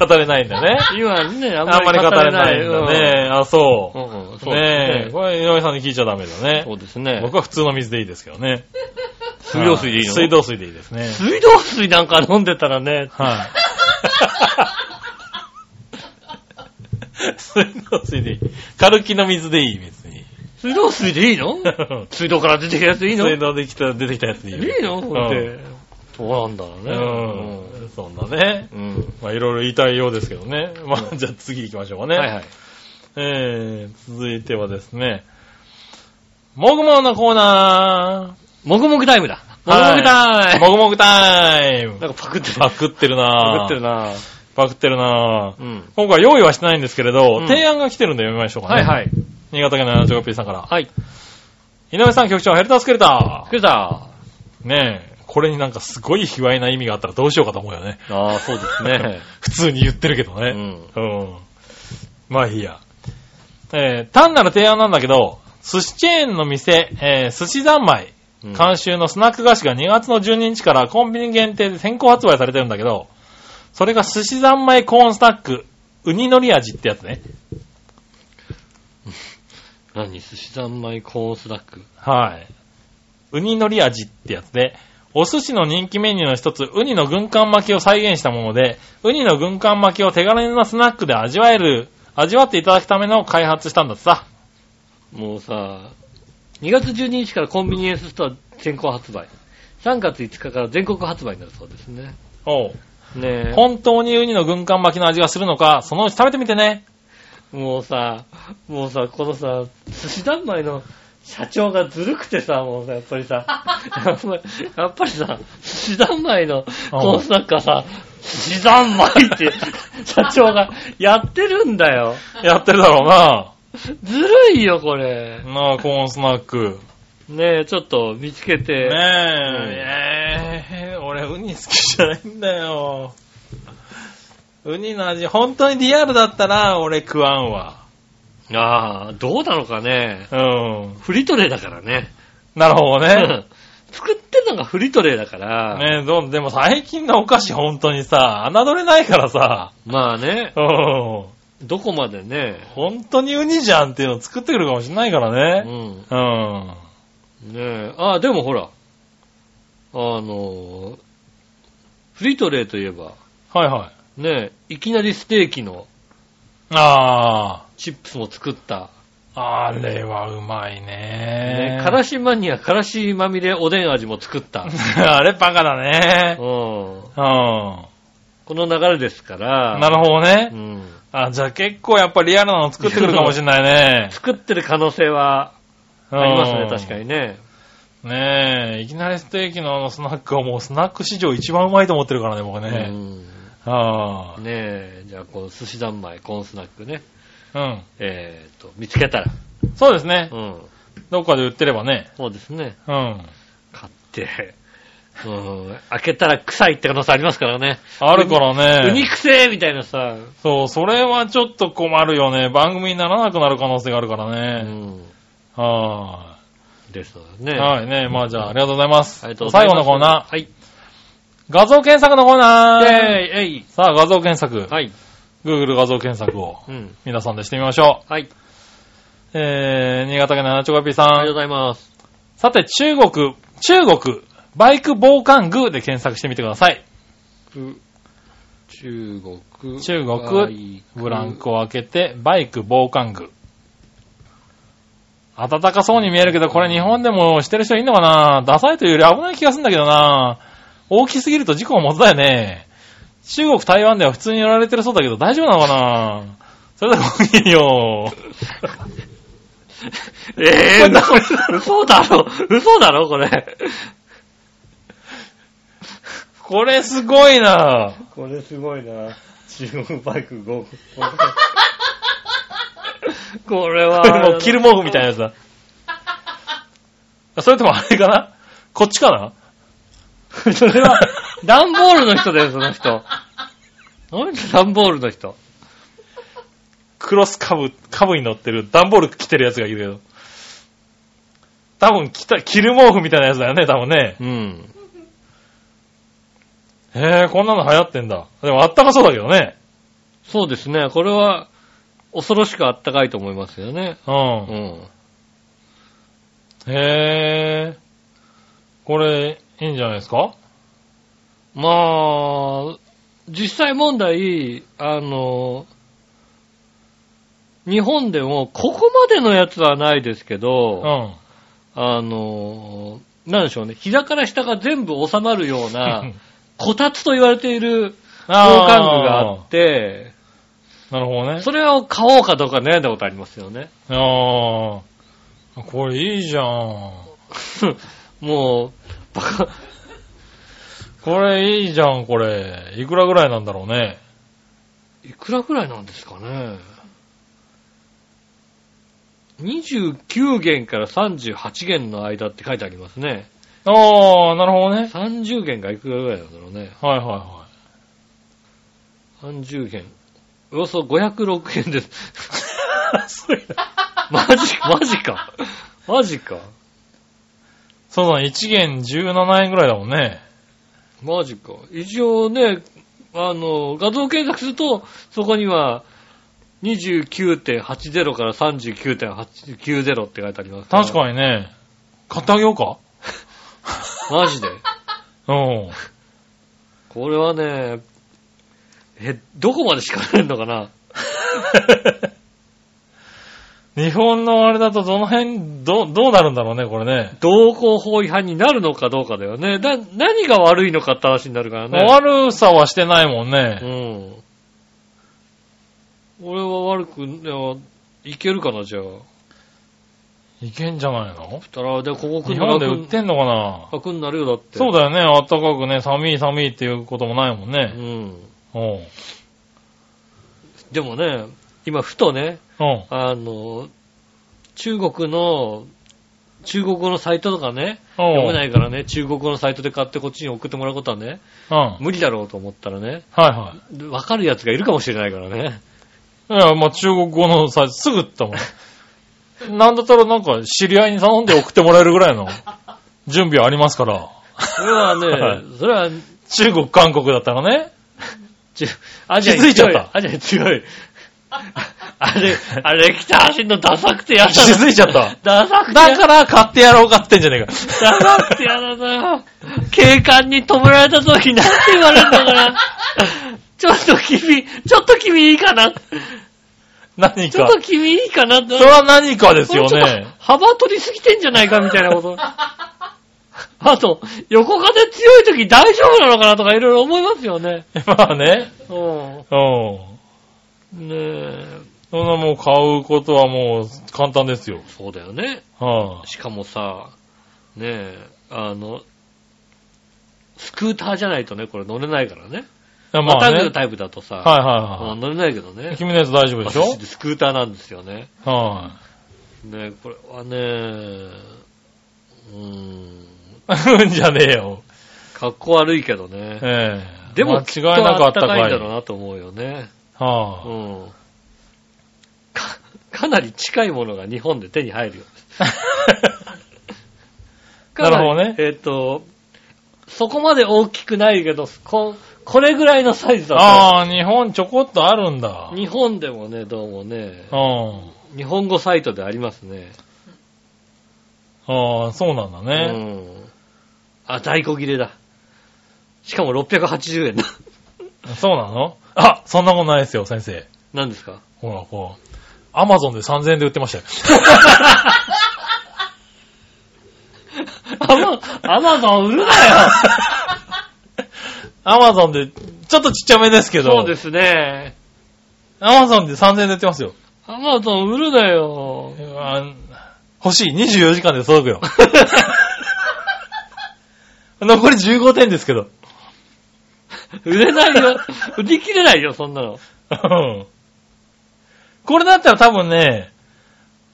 S3: 語れないんだね。
S2: んで、ね、今ね、 *laughs* あ
S3: あ
S2: ん
S3: ん
S2: ま
S3: まり
S2: り
S3: 語
S2: 語
S3: れ
S2: れ
S3: な
S2: ないい。
S3: んだね。あ、そうう。
S2: んうんうんそう
S3: ねえ、
S2: ですね。
S3: これ井上さんに聞いちゃダメだね。
S2: そうですね。
S3: 僕は普通の水でいいですけどね。
S2: 水道水でいいの
S3: 水道水でい
S2: *laughs*
S3: いですね。
S2: 水道水なんか飲んでたらね、 *laughs*
S3: はい。水道水でいい。軽気の水でいい、別に。
S2: 水道水でいい *laughs* の
S3: *laughs*
S2: 水道から出てきたやついいの
S3: 水
S2: い
S3: 道できた、出てきたやつでいいよ。
S2: いのこれって。そうなんだ
S3: う
S2: ろ
S3: ん。うん。そんなね。
S2: うね。うん。
S3: まあ、いろいろ言いたいようですけどね。 *laughs* まあ、じゃあ次行きましょうかね。
S2: はいはい。
S3: えー、続いてはですね、もぐもぐのコーナ
S2: もぐもぐタイムだ。もぐもぐタ
S3: は
S2: イ *laughs* ム。
S3: ー。もぐもぐタイム。
S2: なんかパクってる。
S3: パクってるな
S2: パクってる
S3: な
S2: な
S3: パクってるな
S2: うん。
S3: 今回用意はしてないんですけれど、
S2: うん
S3: 提案が来てるんで読みましょうか
S2: は
S3: ね。
S2: いはい。
S3: 新潟県の 75P さんから。
S2: はい。
S3: 井上さん局長、ヘルタースケルタ
S2: クザ
S3: ー。ねえ、これになんかすごい卑猥な意味があったらどうしようかと思うよね。
S2: ー。ああ、そうです *laughs* ね。
S3: 普通に言ってるけど
S2: う
S3: ね。
S2: ん。
S3: うん。まあいいや。えー、単なる提案なんだけど、寿司チェーンの店、えー、寿司三昧、
S2: うん
S3: 監修のスナック菓子が2月の12日からコンビニ限定で先行発売されてるんだけど、それが寿司三昧コーンスナック、ウニのり味ってやつね。
S2: 何寿司三昧コーンスナック。
S3: はい。ウニのり味ってやつで、お寿司の人気メニューの一つ、ウニの軍艦巻きを再現したもので、ウニの軍艦巻きを手軽なスナックで味わえる、味わっていただくための開発したんだってさ。
S2: もうさ、2月12日からコンビニエンスストア先行発売。3月5日から全国発売になるそうですね。
S3: おう
S2: ねえ。
S3: 本当にウニの軍艦巻きの味がするのか、そのうち食べてみてね。
S2: もうさ、もうさ、このさ、寿司三昧の社長がずるくてさ、もうさ、やっぱり
S3: *laughs*
S2: さ、やっぱりやっぱりさ、寿司三昧のコーンスナックはさ、寿司三昧
S3: *laughs*
S2: って社長がやってるんだよ。
S3: やってるだろうな。
S2: ずるいよ、これ。
S3: なあ、コーンスナック。
S2: ねえ、ちょっと見つけて。
S3: ねえ、えー俺ウニ好きじゃないんだよ。ウニの味、本当にリアルだったら俺食わんわ。
S2: ああ、どうなのかね。
S3: うん。
S2: フリトレだからね。
S3: なるほどね。
S2: 作ってんのがフリトレだから。
S3: ねどうでも最近のお菓子本当にさ、侮れないからさ、
S2: まあね、
S3: うん。
S2: どこまでね。
S3: 本当にウニじゃんっていうのを作ってくるかもしんないから
S2: う
S3: ね。
S2: ん。
S3: うん。
S2: ねえ、ああ、でもほら、あのー、フリトレといえば、
S3: はいはい。
S2: ねえ、いきなりステーキの
S3: あ
S2: チップスも作った、
S3: ー、あれはうまいね
S2: ねえ、からしマニア、からしまみれおでん味も作った。うん。
S3: *laughs* あれバカだね。
S2: こ
S3: うん。
S2: の流れですから、
S3: なるほど
S2: う
S3: ね。
S2: ん、
S3: あ、じゃあ結構やっぱリアルなの作ってくるかもしんないね。
S2: 作ってる可能性は *laughs* ありますね、確か
S3: に。
S2: にね。
S3: ねえ、いきなりステーキのあのスナックはもうスナック史上一番うまいと思ってるからね、僕
S2: う
S3: ね。
S2: ん
S3: あ
S2: ねえ、じゃあ、この寿司三昧、コーンスナックね、
S3: ーうん。
S2: えー、と、見つけたら、
S3: そうですね
S2: う。ん、
S3: どっかで売ってればね。
S2: そうですね。
S3: うん。
S2: 買って、うん、開けたら臭いって可能性ありますからね。
S3: あるからね。
S2: ウニ臭いみたいなさ、
S3: そう、それはちょっと困るよね。番組にならなくなる可能性があるか
S2: う
S3: らね。
S2: ん、
S3: は
S2: ですの
S3: ー
S2: で
S3: い。
S2: ね。
S3: はいね。まあじゃあ、ありがとうございます。
S2: ありがとうございます。
S3: 最後のコーナー。
S2: はい。
S3: 画像検索のコーナー。
S2: イェーイえい
S3: さあ、画像検索。
S2: はい。
S3: Google 画像検索を
S2: うん。
S3: 皆さんでしてみましょ
S2: はい。
S3: う。えー、新潟県の七チョコピーさ。
S2: ありがとうんございます。
S3: さて、中国、中国、バイク防寒具で検索してみてください。
S2: く中国。
S3: 中国
S2: バイク
S3: ブラン。クを開けて、バイク防寒具。暖かそうに見えるけど、これ日本でもしてる人いんのかなダサいというより危ない気がするんだけどな大きすぎると事故を持つだよね。中国、台湾では普通にやられてるそうだけど大丈夫なのかなそれではごきげんよう。
S2: えぇ、嘘だろ嘘だろこれ。
S3: これすごいな
S2: これすごいな。
S4: 中国バイク5。これは。
S3: もう、キルモフみたいなやつだ。それともあれかなこっちかな
S4: それは、段ボールの人だよ、その人。なんで段ボールの人。
S3: クロスカブ、カブに乗ってる、段ボール着てるやつがいるけど。多分、着た、キル毛布みたいなやつだよね、多分ね。
S4: うん。
S3: へえ、こんなの流行ってんだ。でも、あったかそうだけどね。
S4: そうですね。これは、恐ろしくあったかいと思いますよね。
S3: う。
S4: うんん。
S3: へえ、これ、いいんじゃないですか
S4: まあ、実際問題、あの、日本でもここまでのやつはないですけ
S3: う
S4: ど、
S3: ん。
S4: あの、なんでしょうね。膝から下が全部収まるよ
S3: *laughs*
S4: うな、こたつと言われている防寒具があって、
S3: ーなるほどね。
S4: それを買おうかどうか悩んだことありますよね。 *laughs*
S3: ああ、これいいじゃん。
S4: もう、バカ、
S3: これいいじゃん、これ。いくらぐらいなんだろうね。
S4: いくらくらいなんですかね。29元から38元の間って書いてありますね。
S3: ああ、なるほどね。
S4: 30元がいくらぐらいなんだろうね。
S3: はいはいは
S4: 30元。およそ506円です。 *laughs*
S3: い。それ
S4: マジ、マジか。マジか。
S3: そうだね、1元17円ぐらいだもんね。
S4: マジか。一応ね、あの、画像検索すると、そこには、29.80から39.890って書いてあります。
S3: 確かにね。買ってあげようか
S4: に。マジで。
S3: うん。
S4: これはね、え、どこまで叱られるの
S3: *laughs*
S4: かな
S3: 日本のあれだとどの辺、どう、どうなるんだろうね、これね。
S4: 同行法違反になるのかどうかだよね。だ、何が悪いのかって話になるからね。
S3: 悪さはしてないもん
S4: う
S3: ね。
S4: ん。俺は悪く、いやいけるかな、じゃあ。
S3: いけんじゃないの
S4: たら、で、ここ来
S3: 日
S4: んの
S3: 本
S4: 楽
S3: で売ってんのかな
S4: 楽になるよ、だって。
S3: そうだよね、あったかくね、寒い寒いっていうこともないもん
S4: う
S3: ね。
S4: ん。
S3: うん。
S4: でもね、今ふとね、
S3: うん。
S4: あの、中国の、中国語のサイトとかね、読め
S3: う。
S4: なんいからね、中国語のサイトで買ってこっちに送ってもらうことはね、
S3: うん。はい
S4: 無理だろうと思ったらね、
S3: はい。
S4: わかるやつがいるかもしれないか
S3: *laughs*
S4: らね。
S3: いや、まあ、中国語のさ、すぐったもん。 *laughs* なんだったらなんか、知り合いに頼んで送ってもらえるぐらいの準備はありますから。
S4: それ
S3: は
S4: は
S3: い
S4: ね、それは、
S3: 中国、韓国だったら *laughs* ね。
S4: ちアジアに
S3: 気づいちゃ
S4: 強
S3: っ
S4: い。
S3: た
S4: アジアに強い。あれ、あれ、北走んのダサくてやだ
S3: 気づいちゃった。
S4: ダサくて
S3: だ
S4: や
S3: か
S4: だ。
S3: ら買ってやろうかってんじゃねえか。
S4: ダサくてやだな。警官に止められた時なんて言われるのかな。ちょっと君、ちょっと君いいかな。
S3: 何
S4: ちょ
S3: か
S4: っ。と君いいかな。
S3: それは何かですよ
S4: ちょっと
S3: ね。
S4: 幅取りすぎてんじゃないかみたいなこと。あと、横風強い時大丈夫なのかなとかいろいろ思いますよね。
S3: まあね。
S4: う
S3: うん。
S4: ん。ねえ。
S3: そんなもう買うことはもう簡単ですよ。
S4: そうだよね。
S3: は
S4: しかもさ、ねえ、あの、スクーターじゃないとね、これ乗れないからね。
S3: いやま
S4: ま
S3: あ
S4: た
S3: ね。
S4: ぐ
S3: はい
S4: るタイプだとさ、
S3: は
S4: 乗れないけど
S3: いはい。
S4: ね。
S3: 君のやつ大丈夫でしょ
S4: 私スクーターなんですよね。
S3: は
S4: ねえこれはね、う
S3: い。
S4: ーん、
S3: うんじゃねえよ。
S4: かっこ悪いけどね。
S3: ええ。
S4: *laughs* でも、
S3: 間違いなくあったか
S4: きっと暖
S3: い。
S4: いんだろうなと思うよね。
S3: はあ
S4: う。ん。か、 *laughs* かなり近いものが日本で手に入るよ。 *laughs*
S3: なるほどね
S4: かなりえっ、と、そこまで大きくないけど、こ、これぐらいのサイズだ
S3: ああ、日本ちょこっとあるんだ
S4: と。。日本でもね、どうもね、
S3: うん。
S4: 日本語サイトでありますね。
S3: ああ、そうなんだ
S4: う
S3: ね。
S4: ん。あ、在庫切れだ。しかも680円だ。 *laughs*
S3: そうなのあ、そんなことないですよ、先生。
S4: 何ですか
S3: ほら、こう。アマゾンで3000円で売ってましたよ。
S4: アマ、アマゾン *laughs* 売るなよ
S3: アマゾンで、ちょっとちっちゃめですけど。
S4: そうですね。
S3: アマゾンで3000円で売ってますよ。
S4: アマゾン売るなよ。
S3: うわ欲しい。24時間で届くよ。残り15点ですけど。
S2: 売れないよ。売り切れないよ、そんなの。
S3: うんこれだったら多分ね、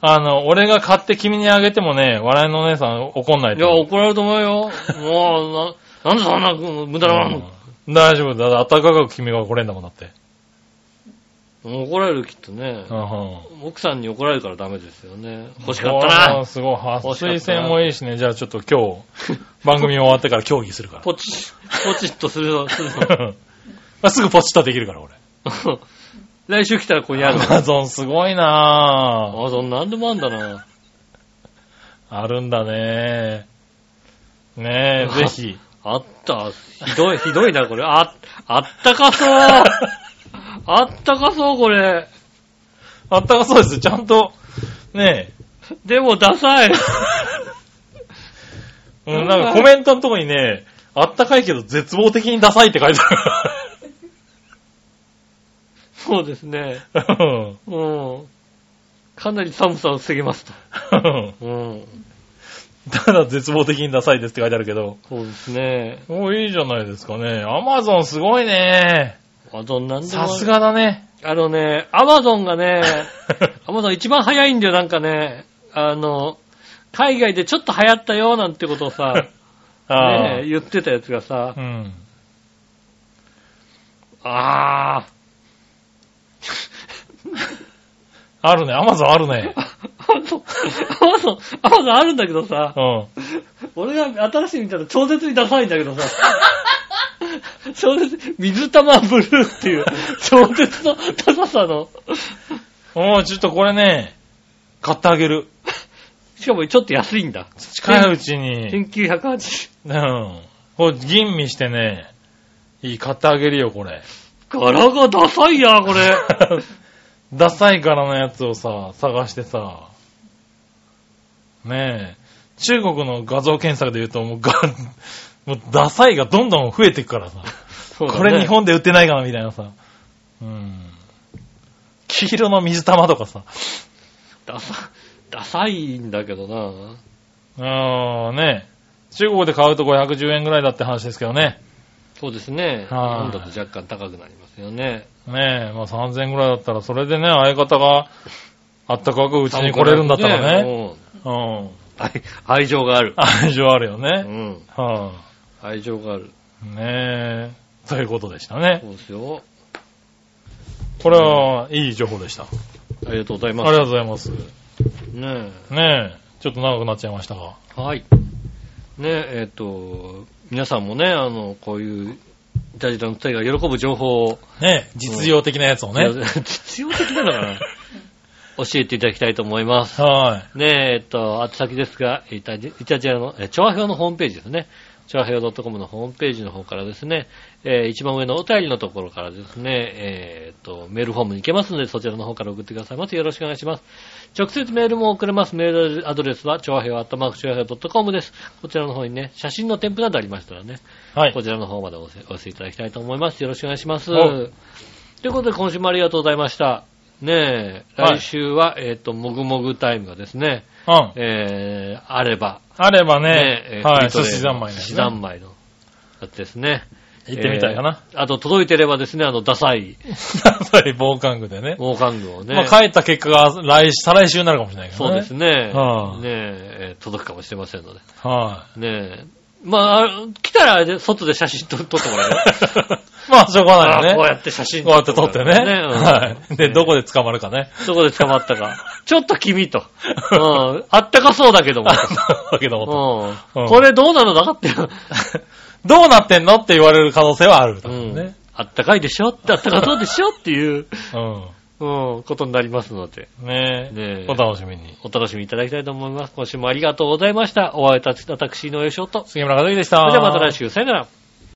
S3: あの、俺が買って君にあげてもね、笑いのお姉さん怒んない
S2: い
S3: と
S2: や、
S3: 思う。
S2: 怒られると思うよ。もう、な、なんでそんなうん無駄なの、
S3: うん大丈夫だ。だって暖かく君が怒れんだもんだって。
S2: 怒られる、きっとね
S3: う。ん
S2: 奥さんに怒られるからダメですよね。欲しかった
S3: うん
S2: な。
S3: すごい。は
S2: 欲しかったな
S3: 推薦もいいしね。じゃあちょっと今日、番組終わってから協議するか
S2: ポチ *laughs* ッ、ポチッとするの、す *laughs*
S3: *laughs*
S2: るの。
S3: ら。あすぐポチッとできるから、俺。
S2: 来週来たらここにあ
S3: ア *laughs*
S2: る。
S3: マゾンすごいなぁ。
S2: あ、そんなんでもあんだな。
S3: あるんだね *laughs* ねえ、ぜひ。
S2: あった。ひどい、ひどいな、これ。あ、あったか
S4: *laughs*
S2: そう。あったかそう、これ。
S3: あったかそうです。ちゃんと、ね
S2: でも、ダサい。
S3: え。うん、なんかコメントのとこにね、あったかいけど絶望的にダサいって書いて
S2: *laughs* そうですね。
S3: ある。うん
S2: うん。かなり寒さを防げますと。
S3: うん
S2: うん。
S3: *laughs* ただ絶望的にダサいですって書いてあるけど。
S2: そうですね。
S3: おいいじゃないですかね。アマゾンすごいね
S2: アマゾンなんでもあ
S3: さ
S2: る
S3: す。がだね。
S2: あのね、アマゾンがね、アマゾン一番早いんだよ、なんかね。あの、海外でちょっと流行ったよ、なんてことをさ、
S3: *laughs* *laughs* ああ
S2: ね、言ってたやつがさ
S3: う、ん。
S2: あー、
S3: あるね。アマゾンある *laughs* ね。
S2: アマゾン、アマゾン、アマゾンあるんだけどさ、
S3: うん。
S2: 俺が新しい見たら超絶にダサいんだけど *laughs* さ、超絶、水玉ブルー *laughs* っていう、超絶のダサさの、
S3: もうちょっとこれね、買ってあげる。
S2: しかもちょっと安いんだ。
S3: 近いうちに。
S2: 1980。
S3: うん。これ、吟味してね、いい、買ってあげるよ、こ *laughs* れ。
S2: 柄がダサいや、こ
S3: *laughs*
S2: れ。
S3: ダサい柄のやつをさ、探してさ、ねえ、中国の画像検索で言うと、もうが、 *laughs* もうダサいがどんどん増えてくからさ、
S2: そうだね
S3: これ日本で売ってないかな、みたいなさ。うん。黄色の水玉とかさ、
S2: ダサ、ダサいんだけどな。
S3: うん、ねえ、中国で買うと510円ぐらいだって話ですけどね。
S2: そうですね。日
S3: はい
S2: 本だと若干高くなりますよね。
S3: ねえ、まあ3000円ぐらいだったら、それでね、相方が、あったかくうちに来れるんだったらね。
S2: ね。うん
S3: うん。
S2: 愛愛情がある。
S3: 愛情あるよ
S2: う
S3: ね。
S2: ん。
S3: は
S2: 愛情がある。
S3: あ、ねえ。ということでしたね
S2: そ。うですよ。
S3: これは、いい情報でした。あ
S2: ありがとうござい
S3: り
S2: ま
S3: が
S2: す。
S3: とうございます。
S2: ね
S3: ねえ。ちょっと長くなっちゃいましたが。
S2: え。はい。ねえ、えっ、と、皆さんもね、あの、こういう、イタジラの2人が喜ぶ情報を、
S3: ねえ、実用的なやつをね。
S2: *laughs* いや実用的なのかな教えていただきたいと思います。
S3: はい。
S2: ねえ、えっと、あ先ですが、イタジイタジアの、え、調和表のホームページですね。調和表 .com のホームページの方からですね、えー一番上のお便りのところからですね、えーっと、メールフォームに行けますので、そちらの方から送ってくださいませ。よろしくお願いします。直接メールも送れます。メールアドレスは、調和表、アットマーク、調和表 .com です。こちらの方にね、写真の添付などありましたらね、
S3: はい
S2: こ。ちらの方までお寄せお寄せいただきたいと思います。よろしくお願いします。
S3: はい
S2: ということで、今週もありがとうございました。ねえ、
S3: はい
S2: 来週は、えーっと、もぐもぐタイムがですね、
S3: うん。
S2: えー、あれば、
S3: あれば
S2: ね
S3: ね、
S2: えー
S3: はい、
S2: 筋ト
S3: 寿
S2: レ
S3: 司三昧ね。
S2: 寿司三昧のやつですね。
S3: 行ってみたいかな。
S2: えー。あと、届いてればですね、あの、ダサい
S3: そういう防寒具でね。
S2: 王冠具をね。
S3: まあ、帰った結果が来週、再来週になるかもしれないけど
S2: そう
S3: ね。
S2: ですね。
S3: は
S2: ね
S3: い
S2: ええー届くかもしれませんので。
S3: は
S2: ねえ。まああ、来たらあれで、外で写真と撮ってもらえる。
S3: い。 *laughs* まあ、しょうが
S2: あ
S3: ないよね。
S2: ーこうやって写真
S3: こうやって撮ってね。
S2: うん
S3: はい。で、どこで捕まるかね。 *laughs*
S2: どこで捕まったか。ちょっと君と。うん。あったかそうだけども。
S3: だけど、
S2: う。
S3: うんん
S2: これどうなのだかって。
S3: どうなってんのって言われる可能性はある。多
S2: う
S3: 分
S2: ん
S3: ね。。
S2: あったかいでしょって、あったかそうでしょっていう。
S3: *laughs* うん。
S2: うん、ことになりますので、
S3: ね
S2: ねえ
S3: え。お楽しみに。
S2: お楽しみいただきたいと思います。今週もありがとうございました。お会いいたし私、井上翔と。
S3: 杉村和之でした。
S2: それではまた来週、さよなら。